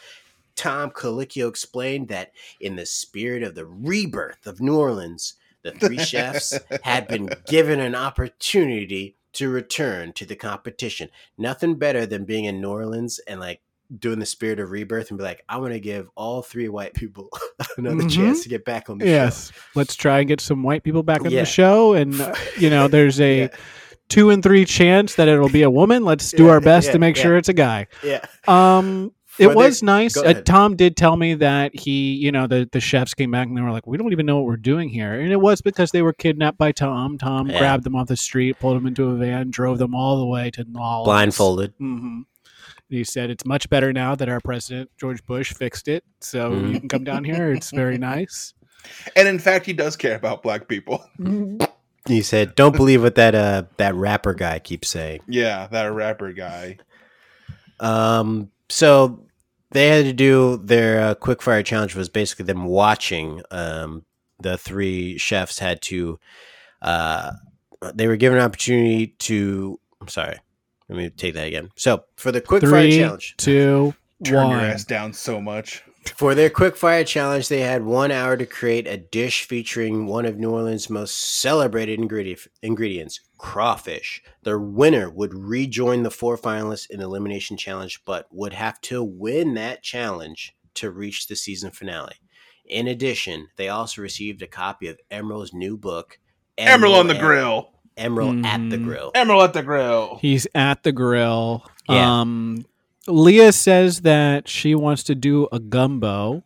S2: Tom Colicchio explained that in the spirit of the rebirth of New Orleans, the three chefs had been given an opportunity to return to the competition. Nothing better than being in New Orleans and like doing the spirit of rebirth and be like, I want to give all three white people another
S4: Mhm.
S2: chance to get back on the
S4: Yes. Let's try and get some white people back on
S2: Yeah.
S4: the show. And, uh, you know, there's a
S2: Yeah.
S4: two and three chance that it'll be a woman. Let's do
S2: Yeah,
S4: our best
S2: yeah,
S4: to make
S2: yeah.
S4: sure it's a guy.
S2: show. Yeah.
S4: Um, it
S2: Were they-
S4: was nice.
S2: go
S4: Uh,
S2: ahead.
S4: Tom did tell me that he, you know, the, the chefs came back and they were like, we don't even know what we're doing here. And it was because they were kidnapped by Tom. Tom
S2: Yeah.
S4: grabbed them off the street, pulled them into a van, drove them all the way to New Orleans.
S2: Blindfolded.
S4: hmm He said it's much better now that our president George Bush fixed it, so
S2: Mhm.
S4: you can come down here. It's very nice.
S3: And in fact, he does care about black people.
S2: He said, "Don't believe what that uh that rapper guy keeps saying."
S3: Yeah, that rapper guy.
S2: Um, so they had to do their uh, quick fire challenge was basically them watching. Um, the three chefs had to. Uh, they were given an opportunity to. I'm sorry. Let me take that again. So for the quick fire
S4: Three,
S2: challenge,
S4: two,
S3: Turn your
S4: one.
S3: ass down so much.
S2: For their quickfire challenge, they had one hour to create a dish featuring one of New Orleans' most celebrated ingredient, ingredients, crawfish. The winner would rejoin the four finalists in the elimination challenge, but would have to win that challenge to reach the season finale. In addition, they also received a copy of Emerald's new book,
S3: Emerald on the
S2: and-
S3: grill.
S2: Emerald at the
S4: Mhm.
S2: Grill.
S3: Emerald at the grill.
S4: He's at the grill.
S2: Yeah.
S4: Um, Leah says that she wants to do a gumbo.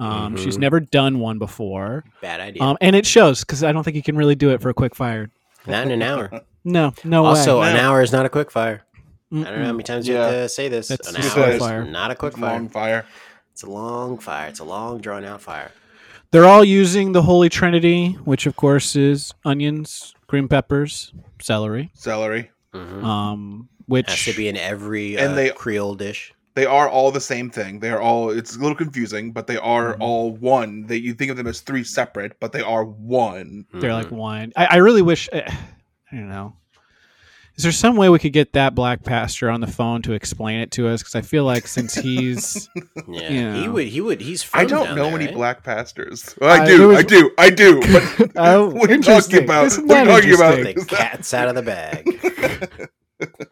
S4: Um,
S2: Mhm.
S4: She's never done one before,
S2: Bad idea.
S4: um, and it shows because I don't think you can really do it for a quick fire.
S2: not in an hour.
S4: No, no
S2: Also,
S4: way.
S2: an
S3: No.
S2: hour is not a quickfire. I don't know how
S4: Mm-mm.
S2: many times you have to say this.
S4: That's
S2: an
S3: just
S2: hour
S3: a
S2: is
S4: fire.
S2: not a quick fire.
S3: Long fire.
S2: It's a long fire. It's a long drawn out fire.
S4: They're all using the Holy Trinity, which of course is onions, green peppers, celery.
S3: Celery.
S2: Mm-hmm.
S4: Um, which
S2: Has to be in every
S3: And
S2: uh,
S3: they-
S2: Creole dish.
S3: They are all the same thing. They are all. It's a little confusing, but they are
S2: Mm-hmm.
S4: Mhm.
S3: all one. That you think of them as three separate, but they are one.
S4: They're like wine. I, I really wish. eh, I don't know. Is there some way we could get that black pastor on the phone to explain it to us? Because I feel like since he's
S2: Mhm. yeah.
S4: yeah.
S2: He would. He would. He's. From
S3: I don't
S2: down
S3: know
S2: there,
S3: any
S2: right?
S3: black pastors. Well, I
S4: Uh,
S3: do.
S4: there was-
S3: I do. I do. But
S4: Oh,
S3: what are you
S4: interesting.
S3: talking about?
S4: Isn't
S3: What are
S4: that
S3: you talking about?
S4: interesting?
S2: The cat's out of the bag.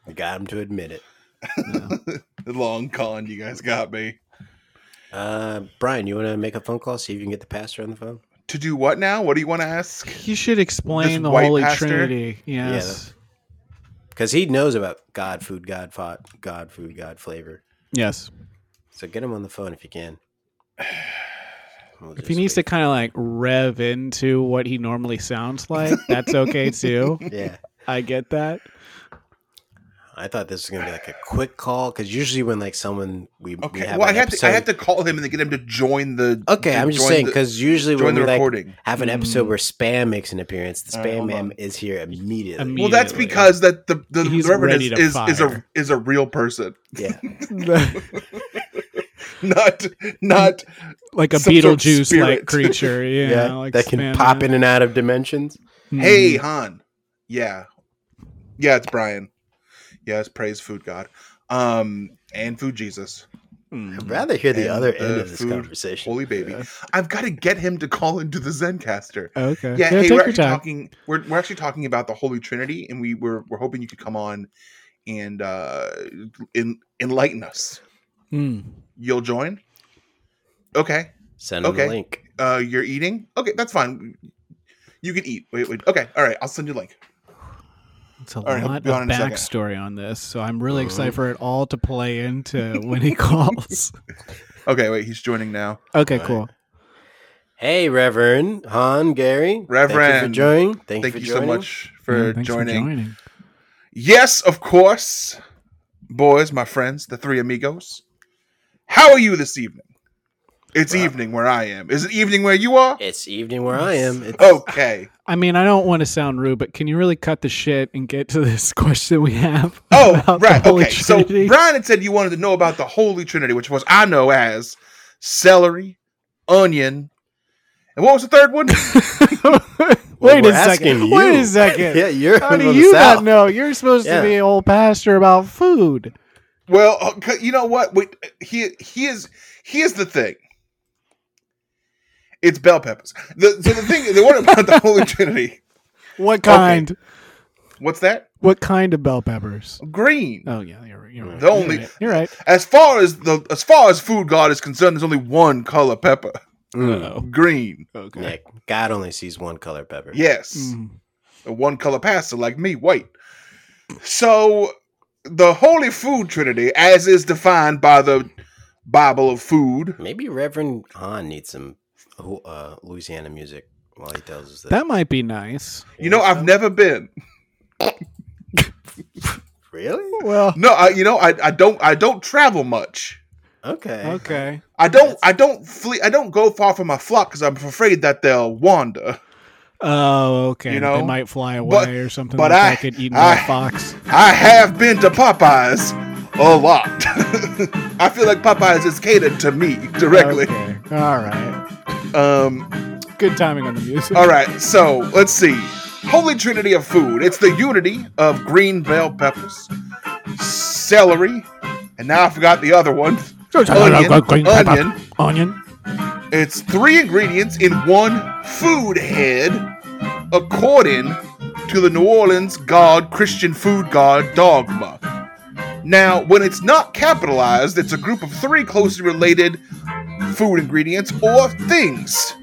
S2: We got him to admit it.
S3: The long con. You guys got me.
S2: Uh, Brian, you want to make a phone call see if you can get the pastor on the phone?
S3: To do what now? What do you want to ask?
S4: he should explain
S3: This
S4: the
S3: white
S4: Holy
S3: pastor?
S4: Trinity. Yes,
S2: Because he knows about God food, God fought, God food, God flavor.
S4: yes.
S2: So get him on the phone if you can. We'll
S4: If
S2: just
S4: he needs to
S2: wait.
S4: kind of like rev into what he normally sounds like, that's okay too.
S2: Yeah.
S4: I get that.
S2: I thought this was gonna be like a quick call because usually when like someone we, we
S3: Okay.
S2: have
S3: Well, I
S2: an
S3: have to. I
S2: episode-
S3: have to call him and then get him to join the.
S2: Okay,
S3: to
S2: I'm just
S3: join
S2: saying
S3: the-
S2: because usually
S3: join
S2: when
S3: the
S2: we like
S3: recording.
S2: have an episode
S4: Mm. Uh,
S2: where spam makes an appearance, the
S3: All right,
S2: spam
S3: hold
S2: man
S3: on.
S2: is here immediately.
S4: Imme-
S3: Well, that's
S4: immediately.
S3: because that the the,
S4: He's
S3: the reverend
S4: ready
S3: is
S4: to
S3: is, is a
S4: fire.
S3: is a real person,
S2: yeah,
S3: not not
S4: like a
S3: Some sort of
S4: Beetlejuice like
S3: spirit.
S4: creature. Yeah,
S2: yeah,
S4: like Hmm.
S2: that can pop in and out of dimensions.
S3: Hey,
S4: Mm-hmm.
S3: Han. Yeah. Yeah, it's Brian. Yeah, it's praise food God. Um, and food Jesus.
S2: I'd rather hear the
S3: Mm. And
S2: other
S3: the
S2: end of this
S3: food-
S2: conversation.
S3: Holy baby. I've got to get him to call into the Zencaster.
S4: Okay.
S3: Yeah, hey,
S4: take
S3: we're
S4: your
S3: actually
S4: time.
S3: talking we're we're actually talking about the Holy Trinity and we were we're hoping you could come on and uh in, enlighten us.
S4: Mm.
S3: You'll join? Okay.
S2: Send him
S3: Okay.
S2: the link.
S3: Uh you're eating? Okay, that's fine. You can eat. Wait, wait. Okay, all right. I'll send you a link.
S4: It's a
S3: right, I'll
S4: lot
S3: be on
S4: of
S3: in a second.
S4: backstory on this, so I'm really
S2: Mhm.
S4: excited for it all to play into when he calls.
S3: Okay, wait. He's joining now.
S4: Okay,
S2: Right.
S4: cool.
S2: Hey, Reverend Han Gary, thank you for
S3: Reverend.
S2: joining. Thank,
S3: Thank
S2: you for
S3: you so
S2: joining.
S3: much for
S4: Yeah, thanks
S3: joining.
S4: For joining.
S3: Yes, of course. Boys, my friends, the three amigos. How are you this evening? It's evening where I am. Is it evening where you are?
S2: It's evening where I
S3: Oh,
S2: am. It's,
S3: Okay.
S4: I mean, I don't want to sound rude, but can you really cut the shit and get to this question we have?
S3: Oh,
S4: about the
S3: right.
S4: Holy
S3: Okay. So
S4: Trinity?
S3: Brian had said you wanted to know about the Holy Trinity, which was I know as celery, onion, and what was the third one?
S2: Well,
S4: Wait
S2: we're
S4: a second.
S2: asking
S4: Wait
S2: you.
S4: a second.
S2: Yeah, you're
S4: How do
S2: from the
S4: you
S2: South.
S4: not know? You're supposed
S2: Yeah.
S4: to be an old pastor about food.
S3: well, okay, you know what? Wait, he he is here's the thing. It's bell peppers. The, so the thing, the one about the Holy Trinity.
S4: What kind?
S3: What's that?
S4: What kind of bell peppers?
S3: Green.
S4: Oh yeah, you're, you're right.
S3: The
S4: You're
S3: only-
S4: right. You're right.
S3: As far as the as far as food god is concerned, there's only one color pepper,
S4: Uh-oh.
S3: green.
S2: Mm. Yeah, God only sees one color pepper.
S3: Yes.
S4: Mm.
S3: a one color pasta like me, white. So the holy food trinity, as is defined by the Bible of food,
S2: Maybe Reverend Hahn needs some uh, Louisiana music while he tells us this.
S4: That might be nice.
S3: you know, I've never been.
S2: really
S4: Well,
S3: No, I, you know, I, I don't I don't travel much.
S2: okay.
S4: okay.
S3: I don't I don't flee I don't go far from my flock because I'm afraid that they'll wander.
S4: Oh, okay.
S3: You know,
S4: they might fly away or something.
S3: but
S4: like
S3: I-
S4: that, get eaten
S3: I-
S4: by a fox.
S3: I have been to Popeyes a lot. I feel like Popeyes is catered to me directly.
S4: Okay. All right.
S3: Um,
S4: Good timing on the music.
S3: All right, so let's see. Holy Trinity of food. It's the unity of green bell peppers, celery, and now I forgot the other one. Onion. Onion.
S4: Onion.
S3: It's three ingredients in one food head, according to the New Orleans God, Christian food God dogma. Now, when it's not capitalized, it's a group of three closely related food ingredients or things.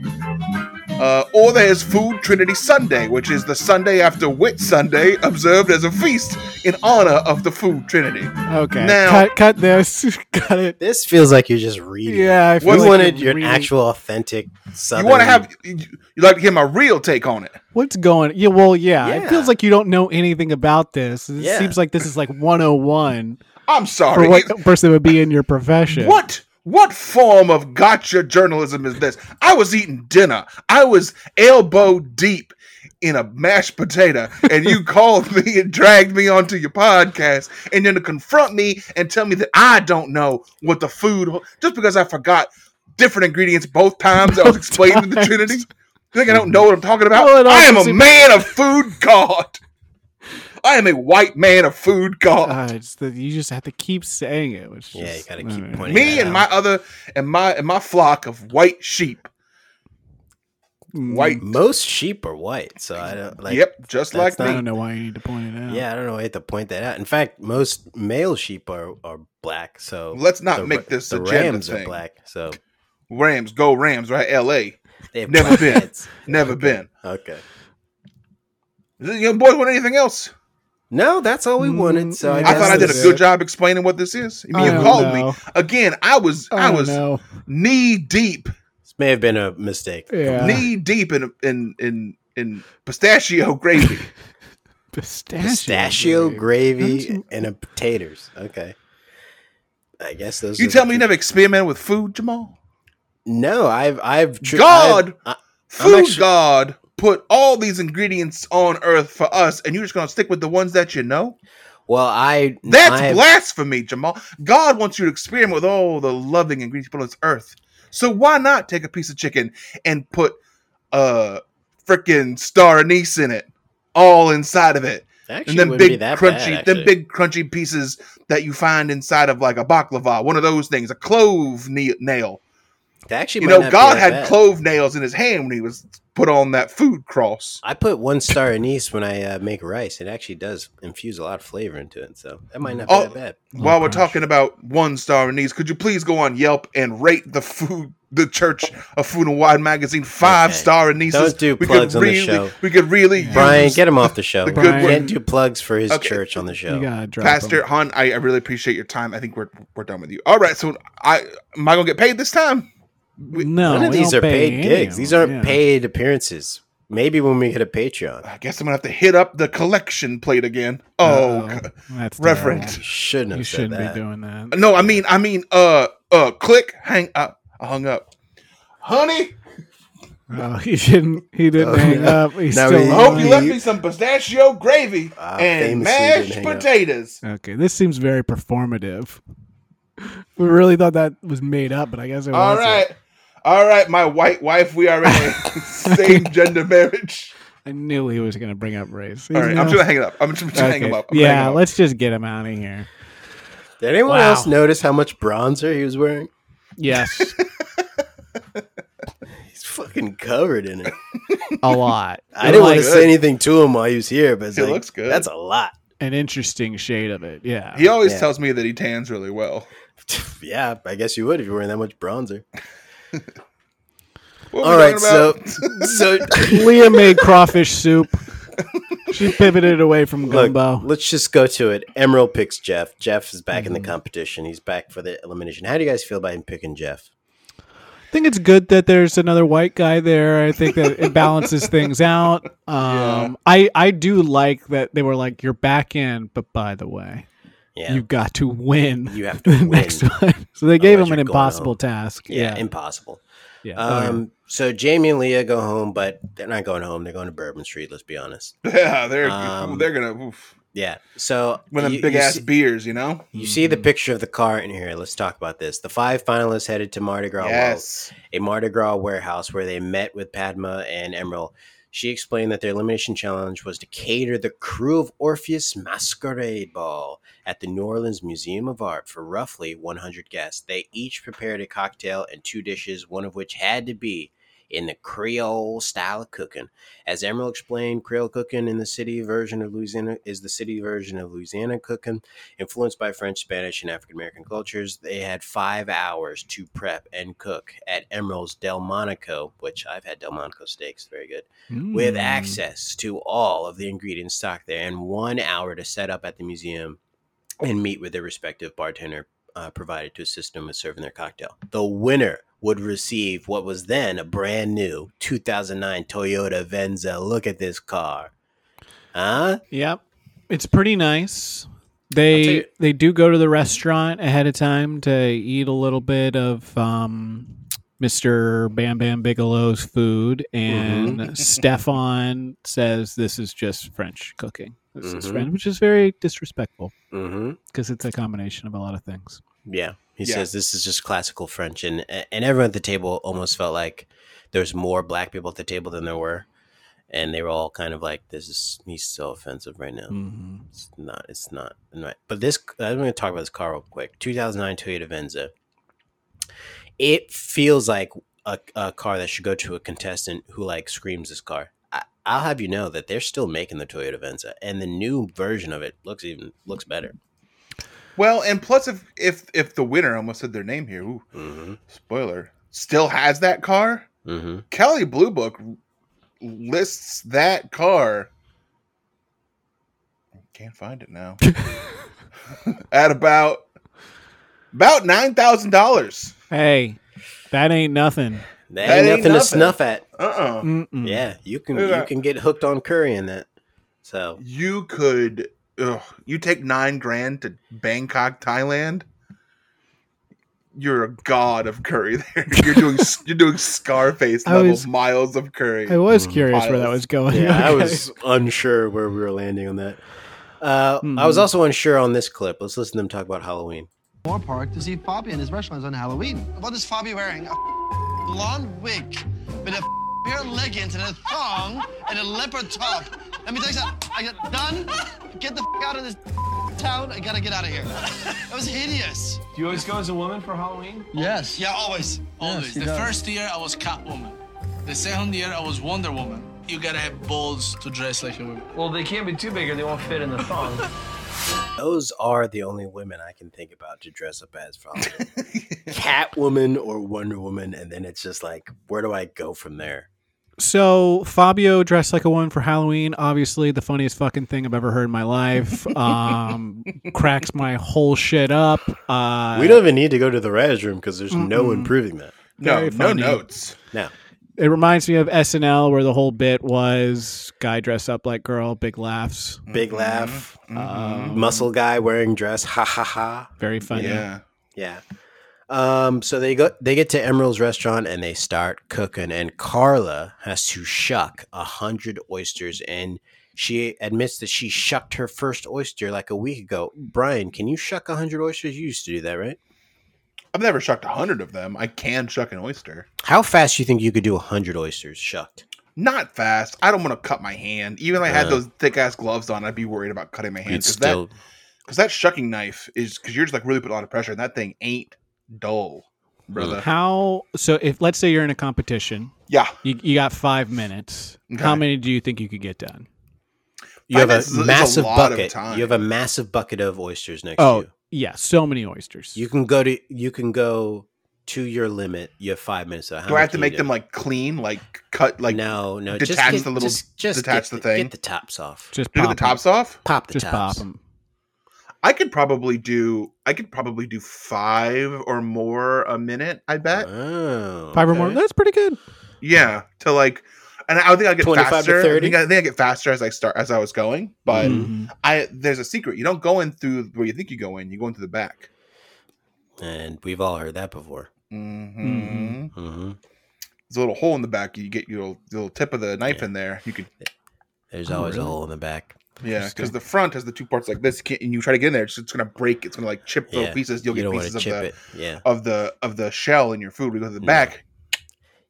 S3: Uh, or there's Food Trinity Sunday, which is the Sunday after Whit Sunday, observed as a feast in honor of the Food Trinity.
S4: Okay.
S3: Now-
S4: cut, cut this. cut it.
S2: This feels like you're just reading.
S4: Yeah, I
S2: We
S4: feel like
S2: wanted
S4: you're
S2: your
S4: reading-
S2: actual authentic Southern.
S3: You want to have, you you'd like to hear my real take on it.
S4: What's going? Yeah. Well, yeah, It
S2: Yeah.
S4: feels like you don't know anything about this. It
S2: Yeah.
S4: seems like this is like 101
S3: I'm
S4: for
S3: sorry.
S4: what person would be in your profession.
S3: What what form of gotcha journalism is this? I was eating dinner. I was elbow deep in a mashed potato, and you called me and dragged me onto your podcast, and then to confront me and tell me that I don't know what the food just because I forgot different ingredients both times. I was explaining the
S4: times.
S3: Trinity. You think I don't know what I'm talking about?
S4: Well, it
S3: I am
S4: also
S3: a
S4: seems-
S3: man of food god. I am a white man of food god.
S4: Uh, it's the, you just have to keep saying it. Which
S2: Yeah, you
S4: just-
S2: got to
S4: I don't
S2: keep
S4: know.
S2: pointing.
S3: me
S2: that
S3: and my
S2: out.
S3: other and my and my flock of white sheep
S4: Mm,
S3: white
S2: most sheep are white, so I don't like.
S3: yep just
S2: that's
S3: like
S4: I
S2: not-
S3: me
S4: don't know why you need to point it out.
S2: Yeah, I don't know. I hate to point that out. In fact, most male sheep are are black. So
S3: let's not
S2: the-
S3: make this
S2: the
S3: agenda
S2: Rams
S3: thing
S2: are black. So
S3: rams go rams right la
S2: they have
S3: Never
S2: black
S3: been.
S2: heads.
S4: uh,
S3: never been
S2: Okay.
S3: Does the young boys want anything else
S2: No, that's all we wanted.
S4: Mm,
S2: So I,
S4: yeah.
S3: i thought i did a
S2: guess
S4: That's
S3: good
S4: it.
S3: job explaining what this is i mean
S4: I
S3: you
S4: don't
S3: called me
S4: know.
S3: again i was i,
S4: don't
S3: was
S4: know.
S3: knee deep
S2: This may have been a mistake.
S4: Yeah.
S3: knee deep in in in in pistachio gravy
S4: pistachio,
S2: Pistachio
S4: grape.
S2: gravy
S4: That's-
S2: and a potatoes. Okay. I guess those.
S3: you
S2: are
S3: tell
S2: the
S3: me you
S2: two-
S3: never experimented with food jamal
S2: No, I've I've tr-
S3: God!
S2: I've- I'm
S3: food
S2: actually-
S3: god put all these ingredients on earth for us and you're just gonna stick with the ones that you know
S2: I- well, I
S3: that's
S2: Mm, I-
S3: blasphemy jamal god wants you to experiment with all the loving ingredients put on this earth so why not take a piece of chicken and put uh freaking star anise in it all inside of it
S2: Actually,
S3: and then
S2: wouldn't be
S3: big
S2: that
S3: crunchy
S2: bad,
S3: them
S2: actually.
S3: big crunchy pieces that you find inside of like a baklava one of those things a clove ne- nail
S2: They actually
S3: you
S2: might
S3: know
S2: not be
S3: god
S2: that
S3: had
S2: bad.
S3: clove nails in his hand when he was put on that food cross
S2: I put one star anise when I uh, make rice. It actually does infuse a lot of flavor into it, so that might not be
S3: Oh.
S2: that bad.
S3: While we're
S4: gosh.
S3: talking about one star needs, could you please go on Yelp and rate the food, the Church of Food and Wine magazine five
S2: Okay.
S3: star Anise?
S2: Don't do plugs on the
S3: really,
S2: show.
S3: We could really
S2: Brian,
S3: use
S2: get him off the show.
S3: The
S2: We
S3: good
S4: Brian-
S2: can't do plugs for his
S3: Okay.
S2: church on the show.
S4: You gotta drop 'em.
S3: Pastor Han. I, I really appreciate your time. I think we're we're done with you. All right, so I am I gonna get paid this time?
S4: No,
S2: None of
S4: we
S2: these
S4: don't
S2: are
S4: pay
S2: paid
S4: any
S2: gigs.
S4: of
S2: These
S4: them,
S2: aren't
S4: yeah.
S2: paid appearances. Maybe when we hit a Patreon.
S3: I guess I'm gonna have to hit up the collection plate again. Oh,
S4: Uh-oh.
S3: c-
S4: that's
S3: Reverend.
S4: terrible.
S2: Shouldn't have
S4: You
S2: said
S4: shouldn't
S2: that.
S4: be doing that.
S3: no, I mean I mean uh up, click, hang up. I hung up. Honey,
S4: Oh, he didn't. He didn't
S2: Oh,
S4: hang
S2: no.
S4: up. He's
S2: No,
S4: still.
S2: he-
S3: I hope you
S4: on.
S3: left me some pistachio gravy
S2: Ah,
S3: and
S2: famously didn't
S3: mashed
S2: hang up.
S3: potatoes.
S4: Okay, this seems very performative. We really thought that was made up, but I guess it
S3: All
S4: wasn't.
S3: right. All right, my white wife, we are in a same gender marriage.
S4: I knew he was going to bring up race.
S3: All right, I'm just gonna hang it up. I'm just gonna hang him up. I'm gonna hang
S4: yeah,
S3: him up.
S4: let's just get him out of here.
S2: Did anyone
S4: Wow.
S2: else notice how much bronzer he was wearing?
S4: Yes,
S2: He's fucking covered in it.
S4: a lot.
S2: I didn't want to
S3: looks
S2: say
S3: good.
S2: anything to him while he was here, but it's
S3: He
S2: like,
S3: looks good.
S2: That's a lot.
S4: An interesting shade of it. Yeah.
S3: He always
S2: Yeah.
S3: tells me that he tans really well.
S2: yeah, I guess you would if you were wearing that much bronzer.
S3: What
S2: All right, so so
S4: Leah made crawfish soup. She pivoted away from
S2: look,
S4: gumbo.
S2: let's just go to it. Emerald picks Jeff. Jeff is back in the
S4: Mm-hmm.
S2: competition. He's back for the elimination. How do you guys feel about him picking Jeff?
S4: I think it's good that there's another white guy there. I think that it balances things out. Um, I I do like that they were like, "You're back in," but by the way,
S2: Yeah,
S4: you got to win.
S2: you have to
S4: the
S2: win.
S4: next one. So they gave
S2: Otherwise
S4: him an
S2: you're going
S4: impossible
S2: home.
S4: task.
S2: Yeah,
S4: Yeah. Oh,
S2: impossible.
S4: yeah.
S2: Um, so Jamie and Leah go home, but they're not going home. They're going to Bourbon Street. Let's be honest.
S3: yeah, they're
S2: Um,
S3: they're gonna oof,
S2: Yeah. So
S3: one of
S2: you-
S3: them big
S2: you
S3: ass
S2: see-
S3: beers, you know.
S2: You see the picture of the car in here. Let's talk about this. The five finalists headed to Mardi Gras,
S3: yes,
S2: World, a Mardi Gras warehouse where they met with Padma and Emerald. She explained that their elimination challenge was to cater the crew of Orpheus Masquerade Ball at the New Orleans Museum of Art for roughly 100 guests. They each prepared a cocktail and two dishes, one of which had to be in the Creole style of cooking. As Emerald explained, Creole cooking in the city version of Louisiana is the city version of Louisiana cooking influenced by French, Spanish, and African American cultures, they had five hours to prep and cook at Emerald's Delmonico, which I've had Delmonico steaks, very good,
S4: Mm.
S2: with
S4: Hmm.
S2: access to all of the ingredients stocked there, and one hour to set up at the museum and meet with their respective bartender uh, provided to assist them with serving their cocktail. The winner would receive what was then a brand new 2009 Toyota Venza. Look at this car. Huh?
S4: Yep. It's pretty nice.
S2: I'll tell
S4: They
S2: you-
S4: they do go to the restaurant ahead of time to eat a little bit of um, Mr. Bam Bam Bigelow's food, and
S2: Mm-hmm.
S4: Stefan says this is just French cooking, this is
S2: Mhm.
S4: French, which is very disrespectful
S2: Mm-hmm.
S4: because it's a combination of a lot of things.
S2: Yeah. He
S3: Yeah.
S2: says this is just classical French and and everyone at the table almost felt like there's more black people at the table than there were. And they were all kind of like, This is he's so offensive right now.
S4: hmm
S2: It's not it's not right. But this I'm gonna talk about this car real quick. Two thousand nine Toyota Venza. It feels like a, a car that should go to a contestant who like screams this car. I, I'll have you know that they're still making the Toyota Venza, and the new version of it looks even looks better.
S3: well, and plus if if if the winner I almost said their name here, ooh,
S2: hmm
S3: spoiler, still has that car.
S2: hmm
S3: Kelly Blue Book lists that car. Can't find it now. At about about nine thousand dollars.
S4: Hey, that ain't nothing.
S2: That, ain't,
S3: That ain't
S2: nothing to
S3: nothing.
S2: snuff at.
S3: Uh-uh.
S4: Mm-mm.
S2: Yeah, you can
S3: Look at
S2: you
S3: that.
S2: can get hooked on curry in that. So
S3: You could ugh, you take nine grand to Bangkok, Thailand. You're a god of curry there. You're doing you're doing Scarface
S4: I
S3: level
S4: was-
S3: miles of curry.
S4: I was
S2: Mm.
S4: curious where that
S3: Files.
S4: was going.
S2: yeah, I
S4: Okay.
S2: was unsure where we were landing on that. Uh, I
S4: Mhm.
S2: was also unsure on this clip. Let's listen to them talk about Halloween.
S5: Moore Park to see Fabi and his restaurants on Halloween. What is Fabi wearing? A blonde wig with a pair of leggings and a thong and a leopard top. Let me tell you something. I got done. Get the out of this town. I gotta get out of here. That was hideous.
S6: You always go as a woman for Halloween?
S5: Yes. Yeah, always.
S7: Always.
S5: he
S7: the
S5: does.
S7: first year I was Catwoman. The second year I was Wonder Woman. You gotta have balls to dress like a woman.
S6: Well, they can't be too big or they won't fit in the thong.
S2: Those are the only women I can think about to dress up as for Halloween. Catwoman or Wonder Woman, and then it's just like, where do I go from there?
S4: So Fabio dressed like a woman for Halloween. Obviously, the funniest fucking thing I've ever heard in my life. Um, cracks my whole shit up. Uh,
S2: we don't even need to go to the Raz room because there's no one
S4: Mm-mm.
S2: proving that.
S3: no,
S4: very
S3: no
S4: funny.
S3: notes.
S2: Now,
S4: It reminds me of SNL where the whole bit was guy dressed up like girl, big laughs.
S2: big laugh, uh,
S4: Um,
S2: muscle guy wearing dress, ha ha ha.
S4: very funny.
S3: Yeah.
S2: Yeah. Um, so they go they get to Emerald's restaurant and they start cooking and Carla has to shuck a hundred oysters and she admits that she shucked her first oyster like a week ago. Brian, can you shuck a hundred oysters? You used to do that, right?
S3: I've never shucked a hundred of them. I can shuck an oyster.
S2: How fast do you think you could do a hundred oysters shucked?
S3: Not fast. I don't want to cut my hand. Even if I had
S2: Uh.
S3: those thick ass gloves on, I'd be worried about cutting my hand.
S2: You'd
S3: Because
S2: still
S3: that, 'cause that shucking knife is because you're just like really putting a lot of pressure, and that thing ain't dull, brother.
S4: How so? If let's say you're in a competition,
S3: Yeah.
S4: you, you got five minutes.
S3: Okay.
S4: How many do you think you could get done?
S2: you have
S3: Five minutes is-
S2: a
S3: is a
S2: massive
S3: lot of
S2: bucket.
S3: time.
S2: You have a massive bucket of oysters next
S4: Oh
S2: to you.
S4: yeah, so many oysters.
S2: You can go to you can go to your limit. You have five minutes. So how
S3: Do I
S2: much
S3: have to
S2: can you
S3: make them like clean, like cut, like
S2: no, no.
S3: detach
S2: just get,
S3: the little-
S2: just, just
S3: detach
S2: get
S3: the thing?
S2: Get the tops off.
S4: just
S3: do
S4: pop
S3: the
S4: 'em.
S3: tops off?
S2: Pop the
S4: Just pop
S2: tops.
S4: them.
S3: I could probably do. I could probably do five or more a minute. I bet.
S2: Oh,
S4: Five or more.
S2: okay.
S4: That's pretty good.
S3: Yeah, to like, and I think I get
S2: 25 to
S3: faster. I
S2: 30?
S3: think I, I think I get faster as I start as I was going. But
S2: Mm-hmm.
S4: Mhm.
S3: I there's a secret. You don't go in through where you think you go in. You go in through the back.
S2: And we've all heard that before.
S3: Mm-hmm.
S4: Mhm.
S2: hmm
S3: There's a little hole in the back. You get your little, little tip of the knife
S2: Yeah.
S3: in there. You could
S2: There's
S4: Oh,
S2: always
S4: really?
S2: a hole in the back.
S3: yeah, because the front has the two parts like this. You can't, and you try to get in there, it's, it's gonna break. It's gonna like chip little
S2: Yeah,
S3: pieces.
S2: You
S3: You'll
S2: don't
S3: get
S2: want to
S3: pieces of
S2: chip
S3: the
S2: it. Yeah,
S3: of the of the shell in your food. We go to the
S2: No.
S3: back.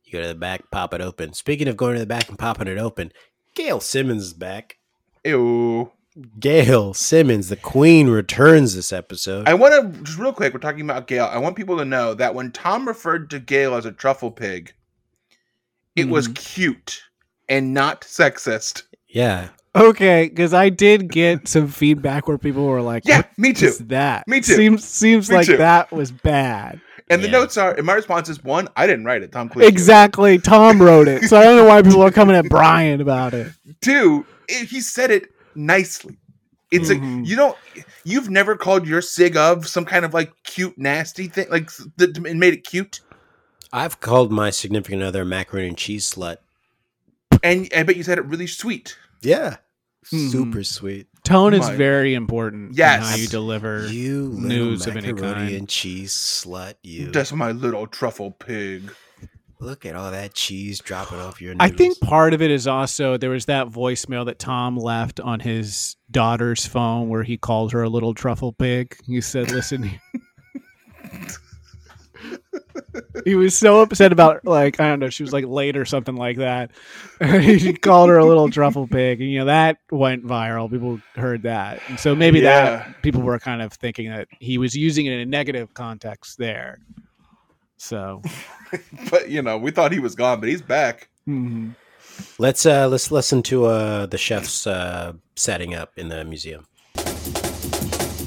S2: you go to the back, pop it open. Speaking of going to the back and popping it open, Gail Simmons is back.
S3: Ew.
S2: Gail Simmons, the queen, returns this episode.
S3: I want to just real quick. We're talking about Gail. I want people to know that when Tom referred to Gail as a truffle pig, it was
S2: Mm-hmm.
S3: cute and not sexist.
S2: yeah,
S4: Okay, because I did get some feedback where people were like,
S3: Yeah,
S4: "What
S3: me too.
S4: is that
S3: Me too.
S4: Seems seems
S3: Me
S4: like
S3: too.
S4: that was bad."
S3: And the
S2: Yeah.
S3: notes are. And my response is one. I didn't write it. Tom Cleese. did.
S4: Exactly. Tom wrote it, so I don't know why people are coming at Brian about it.
S3: Two. it- he said it nicely. It's a
S4: Mhm.
S3: you don't you've never called your sig of some kind of like cute nasty thing like s- that and made it cute
S2: I've called my significant other a macaroni and cheese slut.
S3: and I bet you said it really sweet.
S2: Yeah,
S4: Mhm.
S2: super sweet.
S4: Tone is
S3: My-
S4: very important. in
S3: Yes.
S4: how you deliver.
S2: You little
S4: News of any
S2: macaroni
S4: kind.
S2: and cheese slut. You
S3: That's my little truffle pig.
S2: look at all that cheese dropping off your.
S4: I
S2: Noodles.
S4: think part of it is also there was that voicemail that Tom left on his daughter's phone where he called her a little truffle pig. He said, "Listen." here." He was so upset about like I don't know she was like late or something like that. he called her a little truffle pig, and you know that went viral. People heard that, and so maybe
S3: Yeah.
S4: that people were kind of thinking that he was using it in a negative context there. So,
S3: But you know, we thought he was gone, but he's back.
S4: mhm.
S2: Let's uh let's listen to uh the chef's uh setting up in the museum.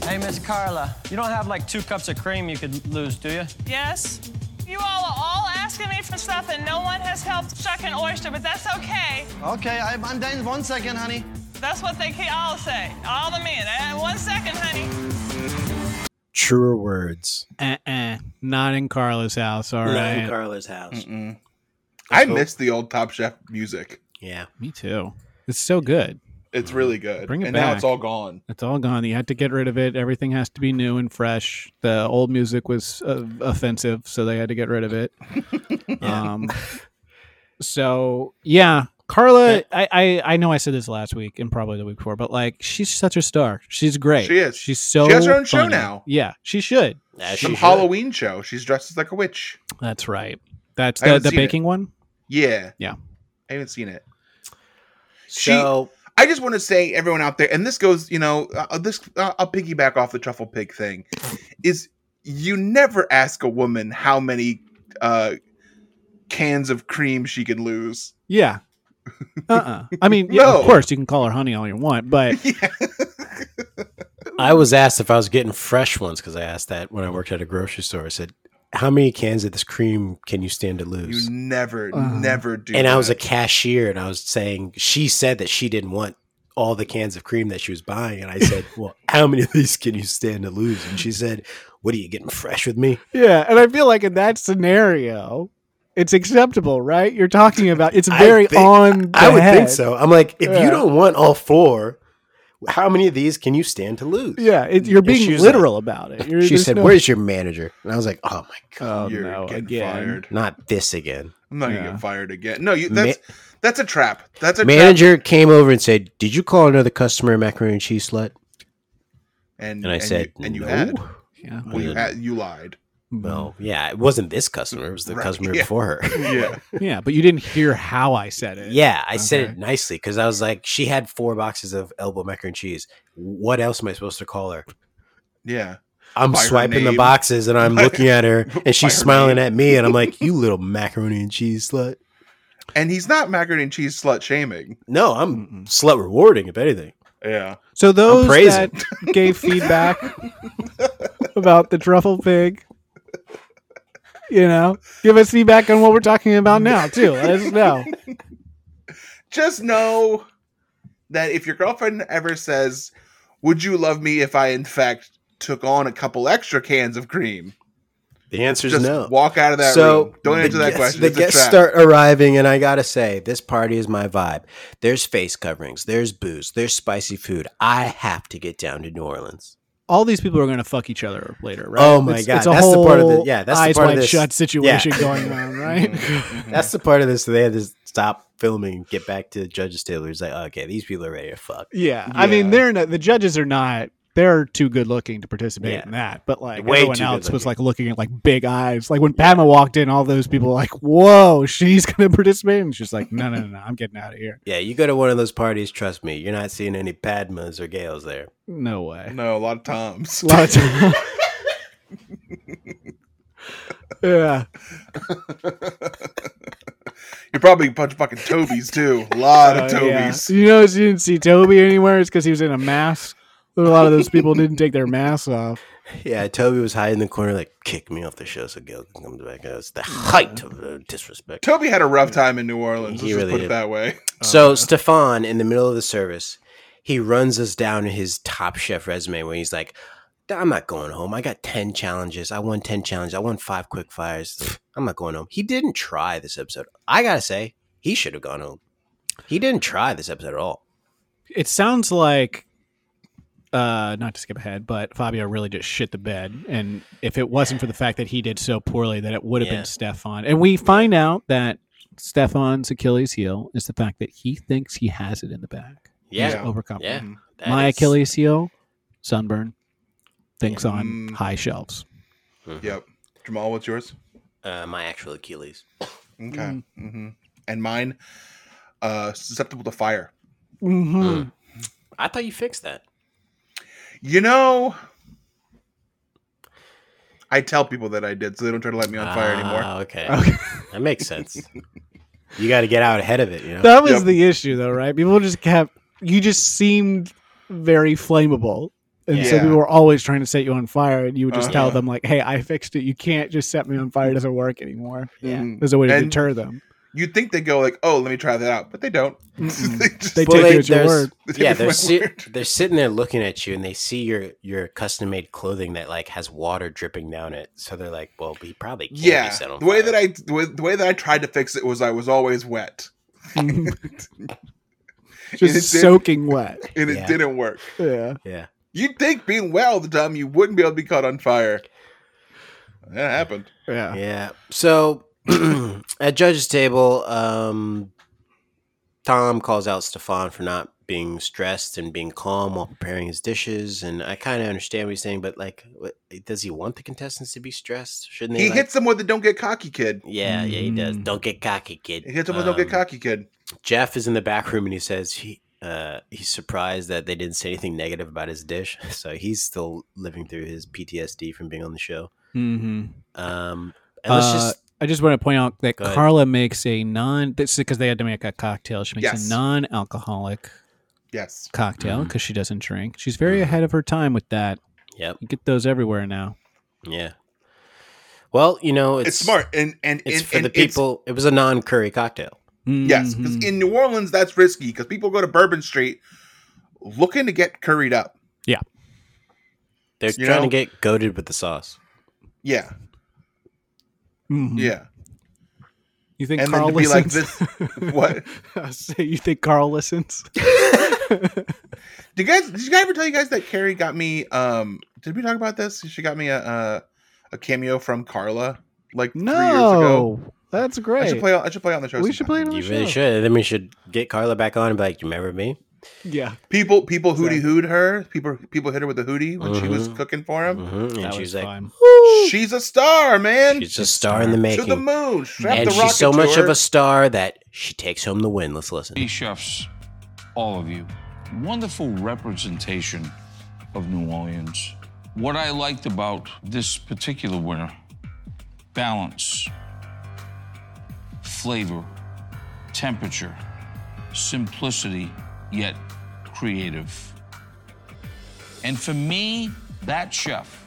S6: Hey, Miss Carla, you don't have like two cups of cream you could lose, do you?
S8: Yes? You all are all asking me for stuff and no one has helped shuck an oyster, but that's okay.
S5: Okay, I, I'm done in one second, honey.
S8: That's what they keep all say. All the men. And one second, honey.
S2: Truer words.
S4: uh-uh, not in Carla's house. All
S2: Not
S4: right,
S2: in Carla's house.
S3: I
S2: hope-
S3: miss the old Top Chef music.
S2: Yeah.
S4: Me too. It's so good.
S3: It's really good.
S4: Mm-hmm. Bring it
S3: and now it's
S4: back.
S3: all gone.
S4: It's all gone. You had to get rid of it. Everything has to be new and fresh. The old music was uh, offensive, so they had to get rid of it. um, so yeah, Carla. I, I I know I said this last week and probably the week before, but like she's such a star. She's great.
S3: She is.
S4: She's so.
S3: She has her own show
S4: funny.
S3: now.
S4: Yeah, she should.
S2: As
S3: Some
S2: she should.
S3: Halloween show. She's dressed as like a witch.
S4: That's right. That's
S3: I
S4: the,
S3: haven't
S4: the
S3: seen it.
S4: baking one.
S3: Yeah.
S4: Yeah.
S3: I haven't seen it. She-
S2: So
S3: I just want to say, everyone out there, and this goes, you know, uh, this uh, I'll piggyback off the truffle pig thing, is you never ask a woman how many uh, cans of cream she can lose.
S4: Yeah. Uh. uh I mean, yeah,
S3: No.
S4: of course you can call her honey all you want, but
S2: I was asked if I was getting fresh ones because I asked that when I worked at a grocery store. I said, How many cans of this cream can you stand to lose?
S3: You never,
S4: Uh-huh.
S3: never do.
S2: and I was a
S3: that.
S2: cashier and I was saying she said that she didn't want all the cans of cream that she was buying. And I said, Well, how many of these can you stand to lose? And she said, What are you getting fresh with me?
S4: Yeah, and I feel like in that scenario, it's acceptable, right? You're talking about it's
S2: I
S4: very
S2: think-
S4: on. The
S2: I would
S4: head.
S2: think so. I'm like, if
S4: Yeah.
S2: you don't want all four, How many of these can you stand to lose?
S4: Yeah, it, you're
S2: And
S4: being
S2: she was
S4: literal about it. You're-
S2: She
S4: there's
S2: said,
S4: no-
S2: "Where's your manager?" And I was like, "Oh my god,
S4: Oh,
S3: You're
S4: no,
S3: getting
S4: again.
S3: fired.
S2: not this again."
S3: I'm not gonna
S4: Yeah.
S3: get fired again. No, you that's that's a trap. That's a trap.
S2: Manager came over and said, "Did you call another customer a macaroni and cheese slut?"
S3: And,
S2: And I said,
S3: you, and you
S2: "No."
S3: had
S4: Yeah.
S3: well, you had you lied.
S2: Well, yeah, it wasn't this customer; it was the
S3: Right,
S2: customer
S3: yeah.
S2: before her.
S3: Yeah,
S4: Yeah, but you didn't hear how I said it.
S2: yeah, I said it
S4: Okay.
S2: nicely because I was like, she had four boxes of elbow macaroni and cheese. What else am I supposed to call her?
S3: yeah.
S2: I'm
S3: By her
S2: swiping the
S3: name.
S2: boxes and I'm looking at her and
S3: By her
S2: she's smiling
S3: name.
S2: at me and I'm like, "You little macaroni and cheese slut."
S3: And he's not macaroni and cheese slut shaming.
S2: No, I'm slut rewarding if anything.
S3: Yeah,
S4: So those
S2: praising.
S4: that gave feedback about the truffle pig, you know, give us feedback on what we're talking about now too. Let us know.
S3: just know that if your girlfriend ever says, "Would you love me if I in fact took on a couple extra cans of cream?"
S2: The answer is
S3: Just
S2: no.
S3: walk out of that room. Don't
S2: the
S3: answer that
S2: guests-
S3: question.
S2: The
S3: it's a
S2: guests
S3: trap.
S2: start arriving, and I gotta say, this party is my vibe. There's face coverings, there's booze, there's spicy food. I have to get down to New Orleans.
S4: All these people are going to fuck each other later, right?
S2: Oh my God, that's the part of the- yeah, that's the
S4: eyes
S2: part of
S4: wide
S2: this-
S4: shut situation
S2: yeah.
S4: going on, right?
S3: Mm-hmm.
S2: That's the part of this that they had to stop filming and get back to Judge's table. He's like, okay, these people are ready to fuck.
S4: yeah. I mean, they're not, the judges are not. They're too good looking to participate
S2: Yeah.
S4: in that, but like
S2: Way
S4: everyone
S2: too
S4: else was
S2: good-looking.
S4: like looking at like big eyes. Like when Padma walked in, all those people were like, "Whoa, she's gonna participate," and she's like, "No, no, no, no I'm getting out of here.
S2: Yeah, you go to one of those parties, trust me, you're not seeing any Padmas or Gales there.
S4: No way."
S3: No, a lot of toms.
S4: A lot of time. yeah.
S3: You're probably a bunch of fucking Tobys too. A lot of
S4: Uh, yeah.
S3: Tobys.
S4: You know, you didn't see Toby anywhere. It's because he was in a mask. A lot of those people didn't take their masks off.
S2: Yeah, Toby was hiding in the corner, like, kick me off the show so Gail can come back. It's the height of the disrespect.
S3: Toby had a rough time in New Orleans.
S2: He
S3: Let's just
S2: really
S3: put
S2: did.
S3: it that way.
S2: So Stefan, in the middle of the service, he runs us down his top chef resume when he's like, I'm not going home. I got 10 challenges. I won 10 challenges. I won five quick fires. I'm not going home. He didn't try this episode. I gotta say, he should have gone home. He didn't try this episode at all.
S4: It sounds like, uh, not to skip ahead, but Fabio really just shit the bed. And if it wasn't for the fact that he did so poorly, that it would have
S2: Yeah.
S4: been Stefan. And we find out that Stefan's Achilles heel is the fact that he thinks he has it in the bag. He's
S2: Yeah.
S4: overconfident.
S2: Yeah. That
S4: my
S2: is-
S4: Achilles heel, sunburn, things on
S3: Mm.
S4: high shelves.
S2: Mm-hmm.
S3: Yep. Jamal, what's yours?
S2: Uh, my actual Achilles.
S3: Okay.
S2: Mm.
S3: hmm And mine, uh, susceptible to fire.
S2: Mm.
S4: Mm-hmm.
S2: I thought you fixed that.
S3: You know, I tell people that I did, so they don't try to light me on fire anymore.
S2: Ah, Okay. that makes sense. You got to get out ahead of it, you know?
S4: That was
S3: Yep.
S4: the issue, though, right? People just kept. You just seemed very flammable, and so
S3: Yeah.
S4: people were always trying to set you on fire, and you would just tell
S3: Uh-huh.
S4: them like, "Hey, I fixed it. You can't just set me on fire. It doesn't work anymore."
S2: Yeah.
S3: Mm.
S4: There's a way to
S3: And-
S4: deter them.
S3: You'd think they go like, "Oh, let me try that out," but they don't. they just,
S4: They
S2: Well,
S4: take
S2: they-
S4: you at your
S2: there's-
S4: word.
S3: They
S2: Yeah,
S3: take
S2: they're
S3: my
S2: si-
S3: word.
S2: they're sitting there looking at you, and they see your your custom made clothing that like has water dripping down it. So they're like, "Well, we probably can't
S3: yeah.
S2: be set on
S3: The way
S2: fire."
S3: that I the way, the way that I tried to fix it was I was always wet,
S4: just
S3: did-
S4: soaking wet.
S3: and it
S2: Yeah.
S3: didn't work.
S4: Yeah,
S2: yeah,
S3: You'd think being wet all the time, you wouldn't be able to be caught on fire. That happened.
S4: yeah.
S2: yeah. So at judge's table, um, Tom calls out Stefan for not being stressed and being calm while preparing his dishes, and I kind of understand what he's saying, but like, what, does he want the contestants to be stressed? Shouldn't they?
S3: He
S2: like-
S3: hits them with the "Don't get cocky, kid."
S2: Yeah, yeah, he does.
S4: Mm.
S2: Don't get cocky, kid.
S3: He hits them with "Don't
S2: Um,
S3: get cocky, kid."
S2: Jeff is in the back room and he says he uh, he's surprised that they didn't say anything negative about his dish. So he's still living through his PTSD from being on the show.
S4: Mm-hmm.
S2: Um, and let's
S4: Uh,
S2: just
S4: I just want to point out that
S2: Go ahead.
S4: Carla makes a non. This is because they had to make a cocktail. She makes
S3: Yes.
S4: a non-alcoholic
S3: Yes.
S4: cocktail
S2: Mm-hmm.
S4: because she doesn't drink. She's
S3: Mm-hmm.
S4: very ahead of her time with that.
S2: yep,
S4: You get those everywhere now.
S2: yeah. Well, you know, it's,
S3: It's, smart and and
S2: It's
S3: and,
S2: for
S3: and
S2: the people. It was a non-curry cocktail.
S3: It's, yes,
S4: Mm-hmm.
S3: because in New Orleans that's risky because people go to Bourbon Street looking to get curried up.
S2: They're
S3: You
S2: trying
S3: know-
S2: to get goaded with the sauce.
S3: Yeah,
S4: Mhm.
S3: yeah.
S4: You think
S3: and then
S4: Carl
S3: to be like
S4: listens?
S3: this what
S4: I say you think Carl listens?
S3: Did you guys? Did you guys ever tell you guys that Carrie got me? Um, did we talk about this? She got me a a, a cameo from Carla like three years ago.
S4: No, that's great.
S3: I should play. on- I should play on the show.
S4: we should play
S3: sometime.
S2: You
S4: it on the show.
S2: really should. Then we should get Carla back on and be like, "You remember me?"
S4: Yeah,
S3: People people hooty hooed her. People people hit her with a hootie when she
S2: Uh-huh.
S3: was cooking for him.
S2: hmm And
S4: that was
S2: she's like,
S4: fine.
S3: She's a star, man.
S2: "She's a star in the making."
S3: to the moon. Strap
S2: and
S3: the
S2: she's
S3: rocket
S2: so
S3: to
S2: much of
S3: her.
S2: a star that she takes home the win. Let's listen.
S9: Hey, chefs, all of you. Wonderful representation of New Orleans. What I liked about this particular winner balance, flavor, temperature, simplicity, yet creative. And for me, that chef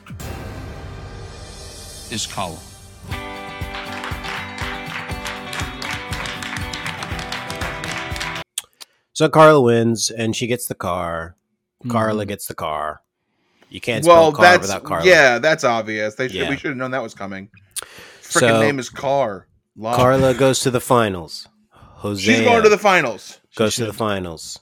S9: is Colin.
S2: So Carla wins, and she gets the car. Carla
S4: Mm-hmm.
S2: gets the car. You can't spell
S3: well,
S2: car
S3: that's
S2: without Carla.
S3: yeah, that's obvious. They should.
S2: Yeah.
S3: We should have known that was coming. Freaking
S2: So-
S3: name is Car. Love.
S2: Carla goes to the finals. Jose
S3: She's going to the finals.
S2: goes to the finals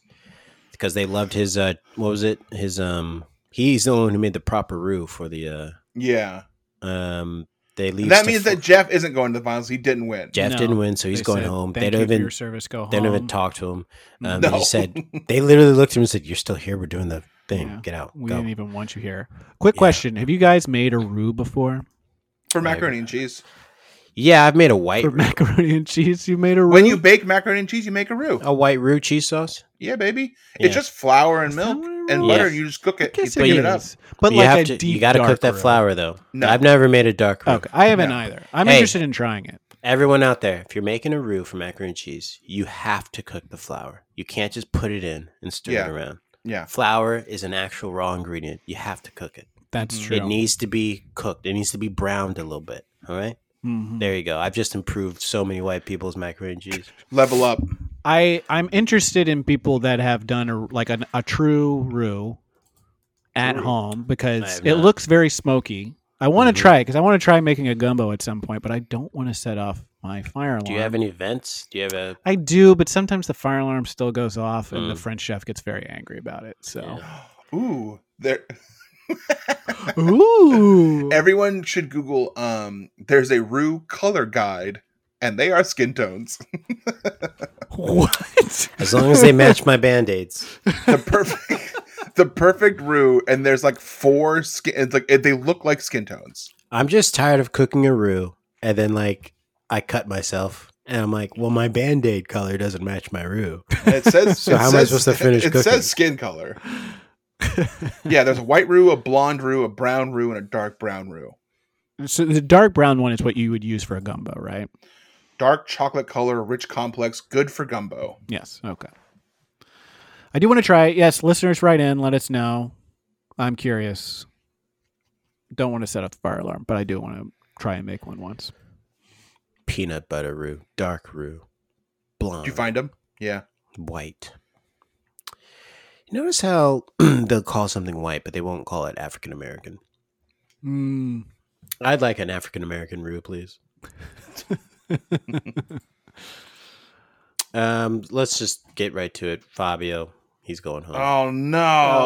S2: because they loved his uh what was it his um he's the one who made the proper roux for the
S3: Yeah,
S2: uh um they leave
S3: and that
S2: the
S3: means
S2: fi-
S3: that Jeff isn't going to the finals. He didn't win.
S2: Jeff
S4: No,
S2: didn't win so he's
S4: they
S2: going
S4: said,
S2: home they
S4: Thank
S2: don't
S4: you for
S2: even
S4: your Mm-hmm. service. Go home.
S2: they don't even talk to him um
S3: No.
S2: he said they literally looked at him and said you're still here we're doing the thing
S4: Yeah.
S2: get out
S4: We
S2: go
S4: didn't even want you here. Quick question: Have you guys made a roux before
S3: for macaroni and cheese.
S2: yeah I've made a white
S4: for macaroni and cheese? You made a roux.
S3: When you bake macaroni and cheese, you make a roux.
S2: a white roux cheese sauce
S3: Yeah, baby.
S2: Oh. Yeah.
S3: It's just flour and milk
S4: flour and
S3: and
S2: milk.
S3: butter,
S2: Yeah.
S3: and you just cook it. You
S4: Yes,
S3: thicken
S2: it
S3: it, up.
S4: is. But
S2: you
S4: like
S2: have
S4: a
S2: to
S4: deep
S2: you got to
S4: dark
S2: cook that
S4: roux.
S2: flour though
S3: No.
S2: I've never made a dark roux
S4: Okay, I haven't
S3: No.
S4: either. I'm
S2: Hey.
S4: interested in trying it.
S2: Everyone out there, if you're making a roux for macaroni and cheese, you have to cook the flour. You can't just put it in and stir
S3: Yeah.
S2: it around.
S3: Yeah.
S2: Flour is an actual raw ingredient. You have to cook it.
S4: That's true.
S2: It needs to be cooked. It needs to be browned a little bit. All right? There you go. I've just improved so many white people's macaroni and cheese.
S3: Level up.
S4: I I'm interested in people that have done a, like an, a true roux at home
S2: I
S4: because
S2: have
S4: it
S2: not. Mm-hmm.
S4: looks very smoky. I want to try it because I want to try making a gumbo at some point, but I don't want to set off my fire alarm.
S2: Do you have any vents? Do you have a
S4: I do, but sometimes the fire alarm still goes off, and
S2: Mm.
S4: the French chef gets very angry about it. So,
S3: Ooh. There.
S4: ooh,
S3: Everyone should Google. Um. There's a roux color guide, and they are skin tones.
S4: what?
S2: as long as they match my band-aids.
S3: the perfect. The perfect roux, and there's like four skin. It's like it, they look like skin tones.
S2: I'm just tired of cooking a roux and then like I cut myself and I'm like, well my band-aid color doesn't match my roux.
S3: And it says.
S2: So
S3: it
S2: how am I
S3: says,
S2: supposed to finish
S3: It
S2: cooking?
S3: says skin color. yeah, there's a white roux, a blonde roux, a brown roux, and a dark brown roux.
S4: So the dark brown one is what you would use for a gumbo, right?
S3: Dark chocolate color, rich complex, good for gumbo.
S4: Yes. Okay. I do want to try it. Yes, listeners, write in. Let us know. I'm curious. Don't want to set off the fire alarm, but I do want to try and make one once.
S2: peanut butter roux, dark roux, blonde,
S3: Did you find them? Yeah.
S2: white. You notice how they'll call something white, but they won't call it African American.
S4: Mm.
S2: I'd like an African American roux, please. um, let's just get right to it. Fabio, he's going home.
S3: Oh no,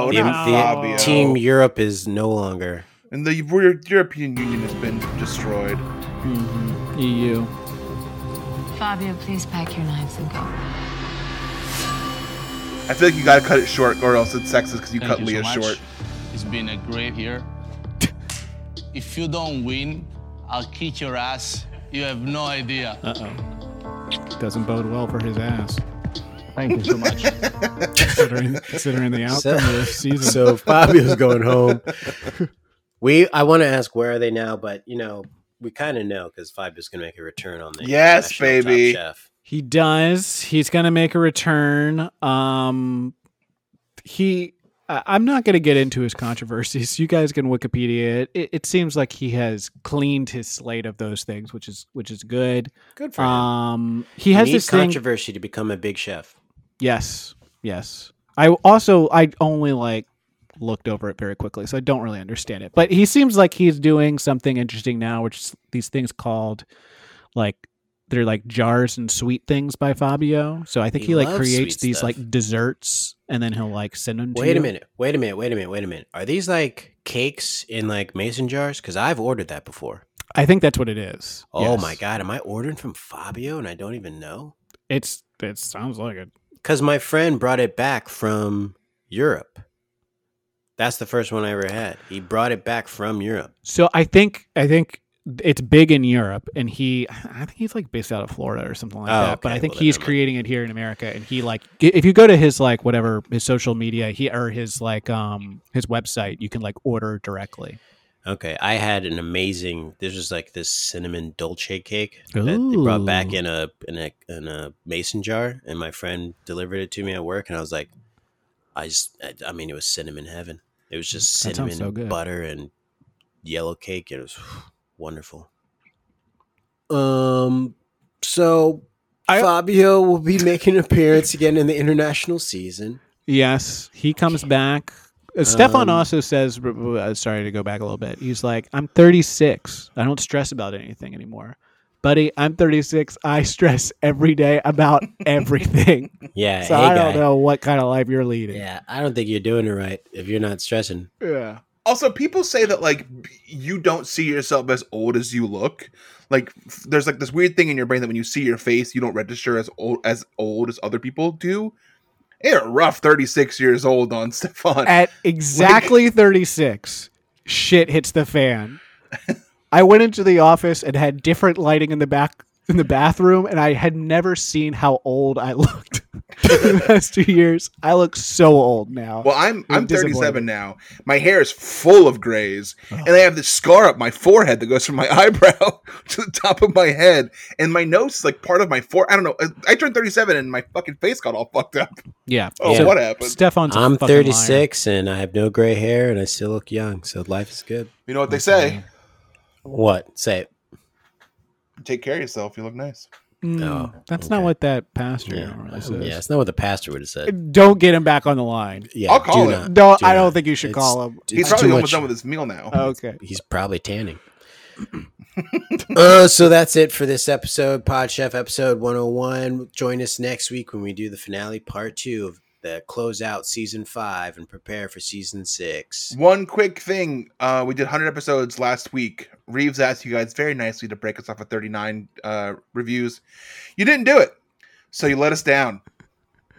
S4: Oh,
S2: The-
S3: not
S2: the
S3: Fabio.
S2: Team Europe is no longer.
S3: and the Euro- European Union has been destroyed.
S4: EU.
S10: Fabio, please pack your knives and go.
S3: I feel like you gotta cut it short, or else it's sexist because you
S7: Thank
S3: cut
S7: you so
S3: Leah
S7: much.
S3: short.
S7: It's been a great year. if you don't win, I'll kick your ass. You have no idea.
S4: Doesn't bode well for his ass,
S6: Thank you so much.
S4: considering, considering the outcome of this season.
S2: So Fabio's going home. We, I want to ask where are they now, but you know, we kind of know because Fabio's going to make a return on the
S3: Yes,
S2: National Top
S3: baby.
S2: Chef.
S4: He does. He's going to make a return. Um he I- I'm not going to get into his controversies. You guys can Wikipedia it. it. It seems like he has cleaned his slate of those things, which is which is good.
S2: Good for him.
S4: Um he
S2: He
S4: has
S2: needs
S4: this thing
S2: controversy to become a big chef.
S4: Yes. Yes. I also I only like looked over it very quickly, so I don't really understand it. But he seems like he's doing something interesting now, which is these things called like they're like jars and sweet things by Fabio. So I think
S2: He
S4: he, like
S2: loves
S4: creates
S2: sweet
S4: these
S2: stuff.
S4: like desserts and then he'll like send them to
S2: Wait
S4: you.
S2: a minute. Wait a minute. Wait a minute. Wait a minute. Are these like cakes in like mason jars? Because I've ordered that before.
S4: I think that's what it is.
S2: Oh
S4: Yes.
S2: my god, am I ordering from Fabio and I don't even know?
S4: It's it sounds like it.
S2: Because my friend brought it back from Europe. That's the first one I ever had. He brought it back from Europe.
S4: So I think I think it's big in Europe, and he I think he's like based out of Florida or something like
S2: Oh,
S4: that. But
S2: okay.
S4: I think
S2: Well, then
S4: he's
S2: never mind.
S4: creating it here in America, and he like g- if you go to his like whatever his social media he or his like um his website, you can like order directly.
S2: Okay, I had an amazing. This was like this cinnamon dolce cake that they brought back
S4: Ooh.
S2: in a in a in a mason jar, and my friend delivered it to me at work, and I was like, I just, I, I mean, it was cinnamon heaven. It was just
S4: That sounds
S2: cinnamon
S4: so good.
S2: butter and yellow cake. and It was wonderful. Um, so Fabio will be making an appearance again in the international season.
S4: Yes, he comes back. Uh, Stefan
S2: Um,
S4: also says, r- r- uh, sorry to go back a little bit. He's like, I'm 36. I don't stress about anything anymore. Buddy, I'm 36. I stress every day about everything.
S2: Yeah,
S4: so
S2: hey guy.
S4: I don't know what kind of life you're leading.
S2: Yeah, I don't think you're doing it right if you're not stressing.
S4: Yeah.
S3: Also, people say that like b- you don't see yourself as old as you look. Like f- there's like this weird thing in your brain that when you see your face, you don't register as old as old as other people do. Hey, a rough 36 years old on Stefan.
S4: At exactly 36, shit hits the fan. I went into the office and had different lighting in the back in the bathroom, and I had never seen how old I looked in the last two years. I look so old now.
S3: Well, I'm
S4: I'm
S3: I'm
S4: disappointed.
S3: 37 now. My hair is full of grays, and I have this scar up my forehead that goes from my eyebrow to the top of my head, and my nose is like part of my fore. I don't know. I- I turned 37 and my fucking face got all fucked up.
S4: yeah.
S3: Oh,
S2: Yeah.
S3: what happened?
S4: Stefan's a
S2: I'm
S4: fucking liar.
S2: 36 and I have no gray hair and I still look young, so life is good.
S3: You know what they say?
S2: What? Say it.
S3: Take care of yourself. You look nice.
S4: Mm,
S2: Oh,
S4: that's not what that pastor
S2: Yeah. Um,
S4: really says.
S2: Yeah, it's not what the pastor would have said.
S4: Don't get him back on the line.
S2: Yeah,
S3: I'll call
S2: do
S3: him.
S2: not-
S4: No,
S2: do
S4: I don't
S2: not.
S4: think you should
S2: It's-
S4: call him.
S3: He's
S2: it's
S3: probably
S2: too
S3: almost
S2: much.
S3: done with his meal now.
S4: Okay.
S2: He's probably tanning. uh, so that's it for this episode, Pod Chef episode 101. Join us next week when we do the finale part two of the close out season five and prepare for season six.
S3: One quick thing. Uh, we did 100 episodes last week. Reeves asked you guys very nicely to break us off at 39 uh, reviews. You didn't do it, so you let us down.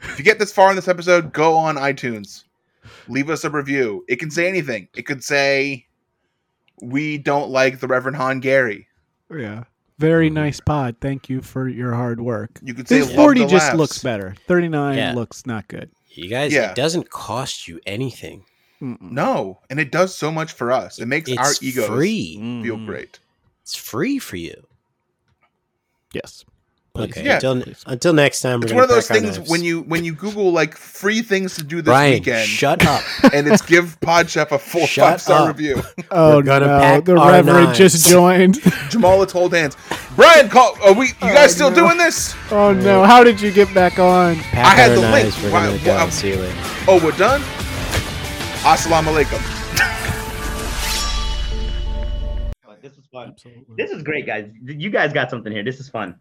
S3: If you get this far in this episode, go on iTunes. Leave us a review. It can say anything. It could say, We don't like the Reverend Han Gary.
S4: Yeah. Very nice pod. Thank you for your hard work.
S3: You could say,
S4: This
S3: "Love
S4: 40
S3: the
S4: just
S3: laughs."
S4: looks better. 39
S2: Yeah.
S4: looks not good.
S2: You guys,
S3: Yeah.
S2: it doesn't cost you anything.
S3: No, and it does so much for us. It makes
S2: Mm. It's
S3: our egos Mm.
S2: free. Mm-hmm.
S3: feel great.
S2: It's free for you.
S4: Yes.
S2: Okay.
S3: Yeah.
S2: until, until next time, we're
S3: It's
S2: gonna
S3: one of those
S2: pack our
S3: things
S2: knives.
S3: when you when you Google like free things to do this
S2: Brian,
S3: weekend.
S2: shut up.
S3: and it's give Podchef a full
S2: Shut
S3: five star
S2: up.
S3: review.
S4: Oh,
S2: We're gonna
S4: no.
S2: pack
S4: The
S2: our
S4: Reverend
S2: knives.
S4: just joined.
S3: Jamal has hold hands. Brian, call. Are we? You guys still doing this?
S4: oh, no. How did you get back on?
S2: Pack
S3: I had
S2: our
S3: the link.
S2: knives. We're
S3: Why-
S2: gonna go.
S3: why-
S2: See you later.
S3: Oh, we're done. Assalamu alaikum.
S11: This was fun. This is great, guys. You guys got something here. This is fun.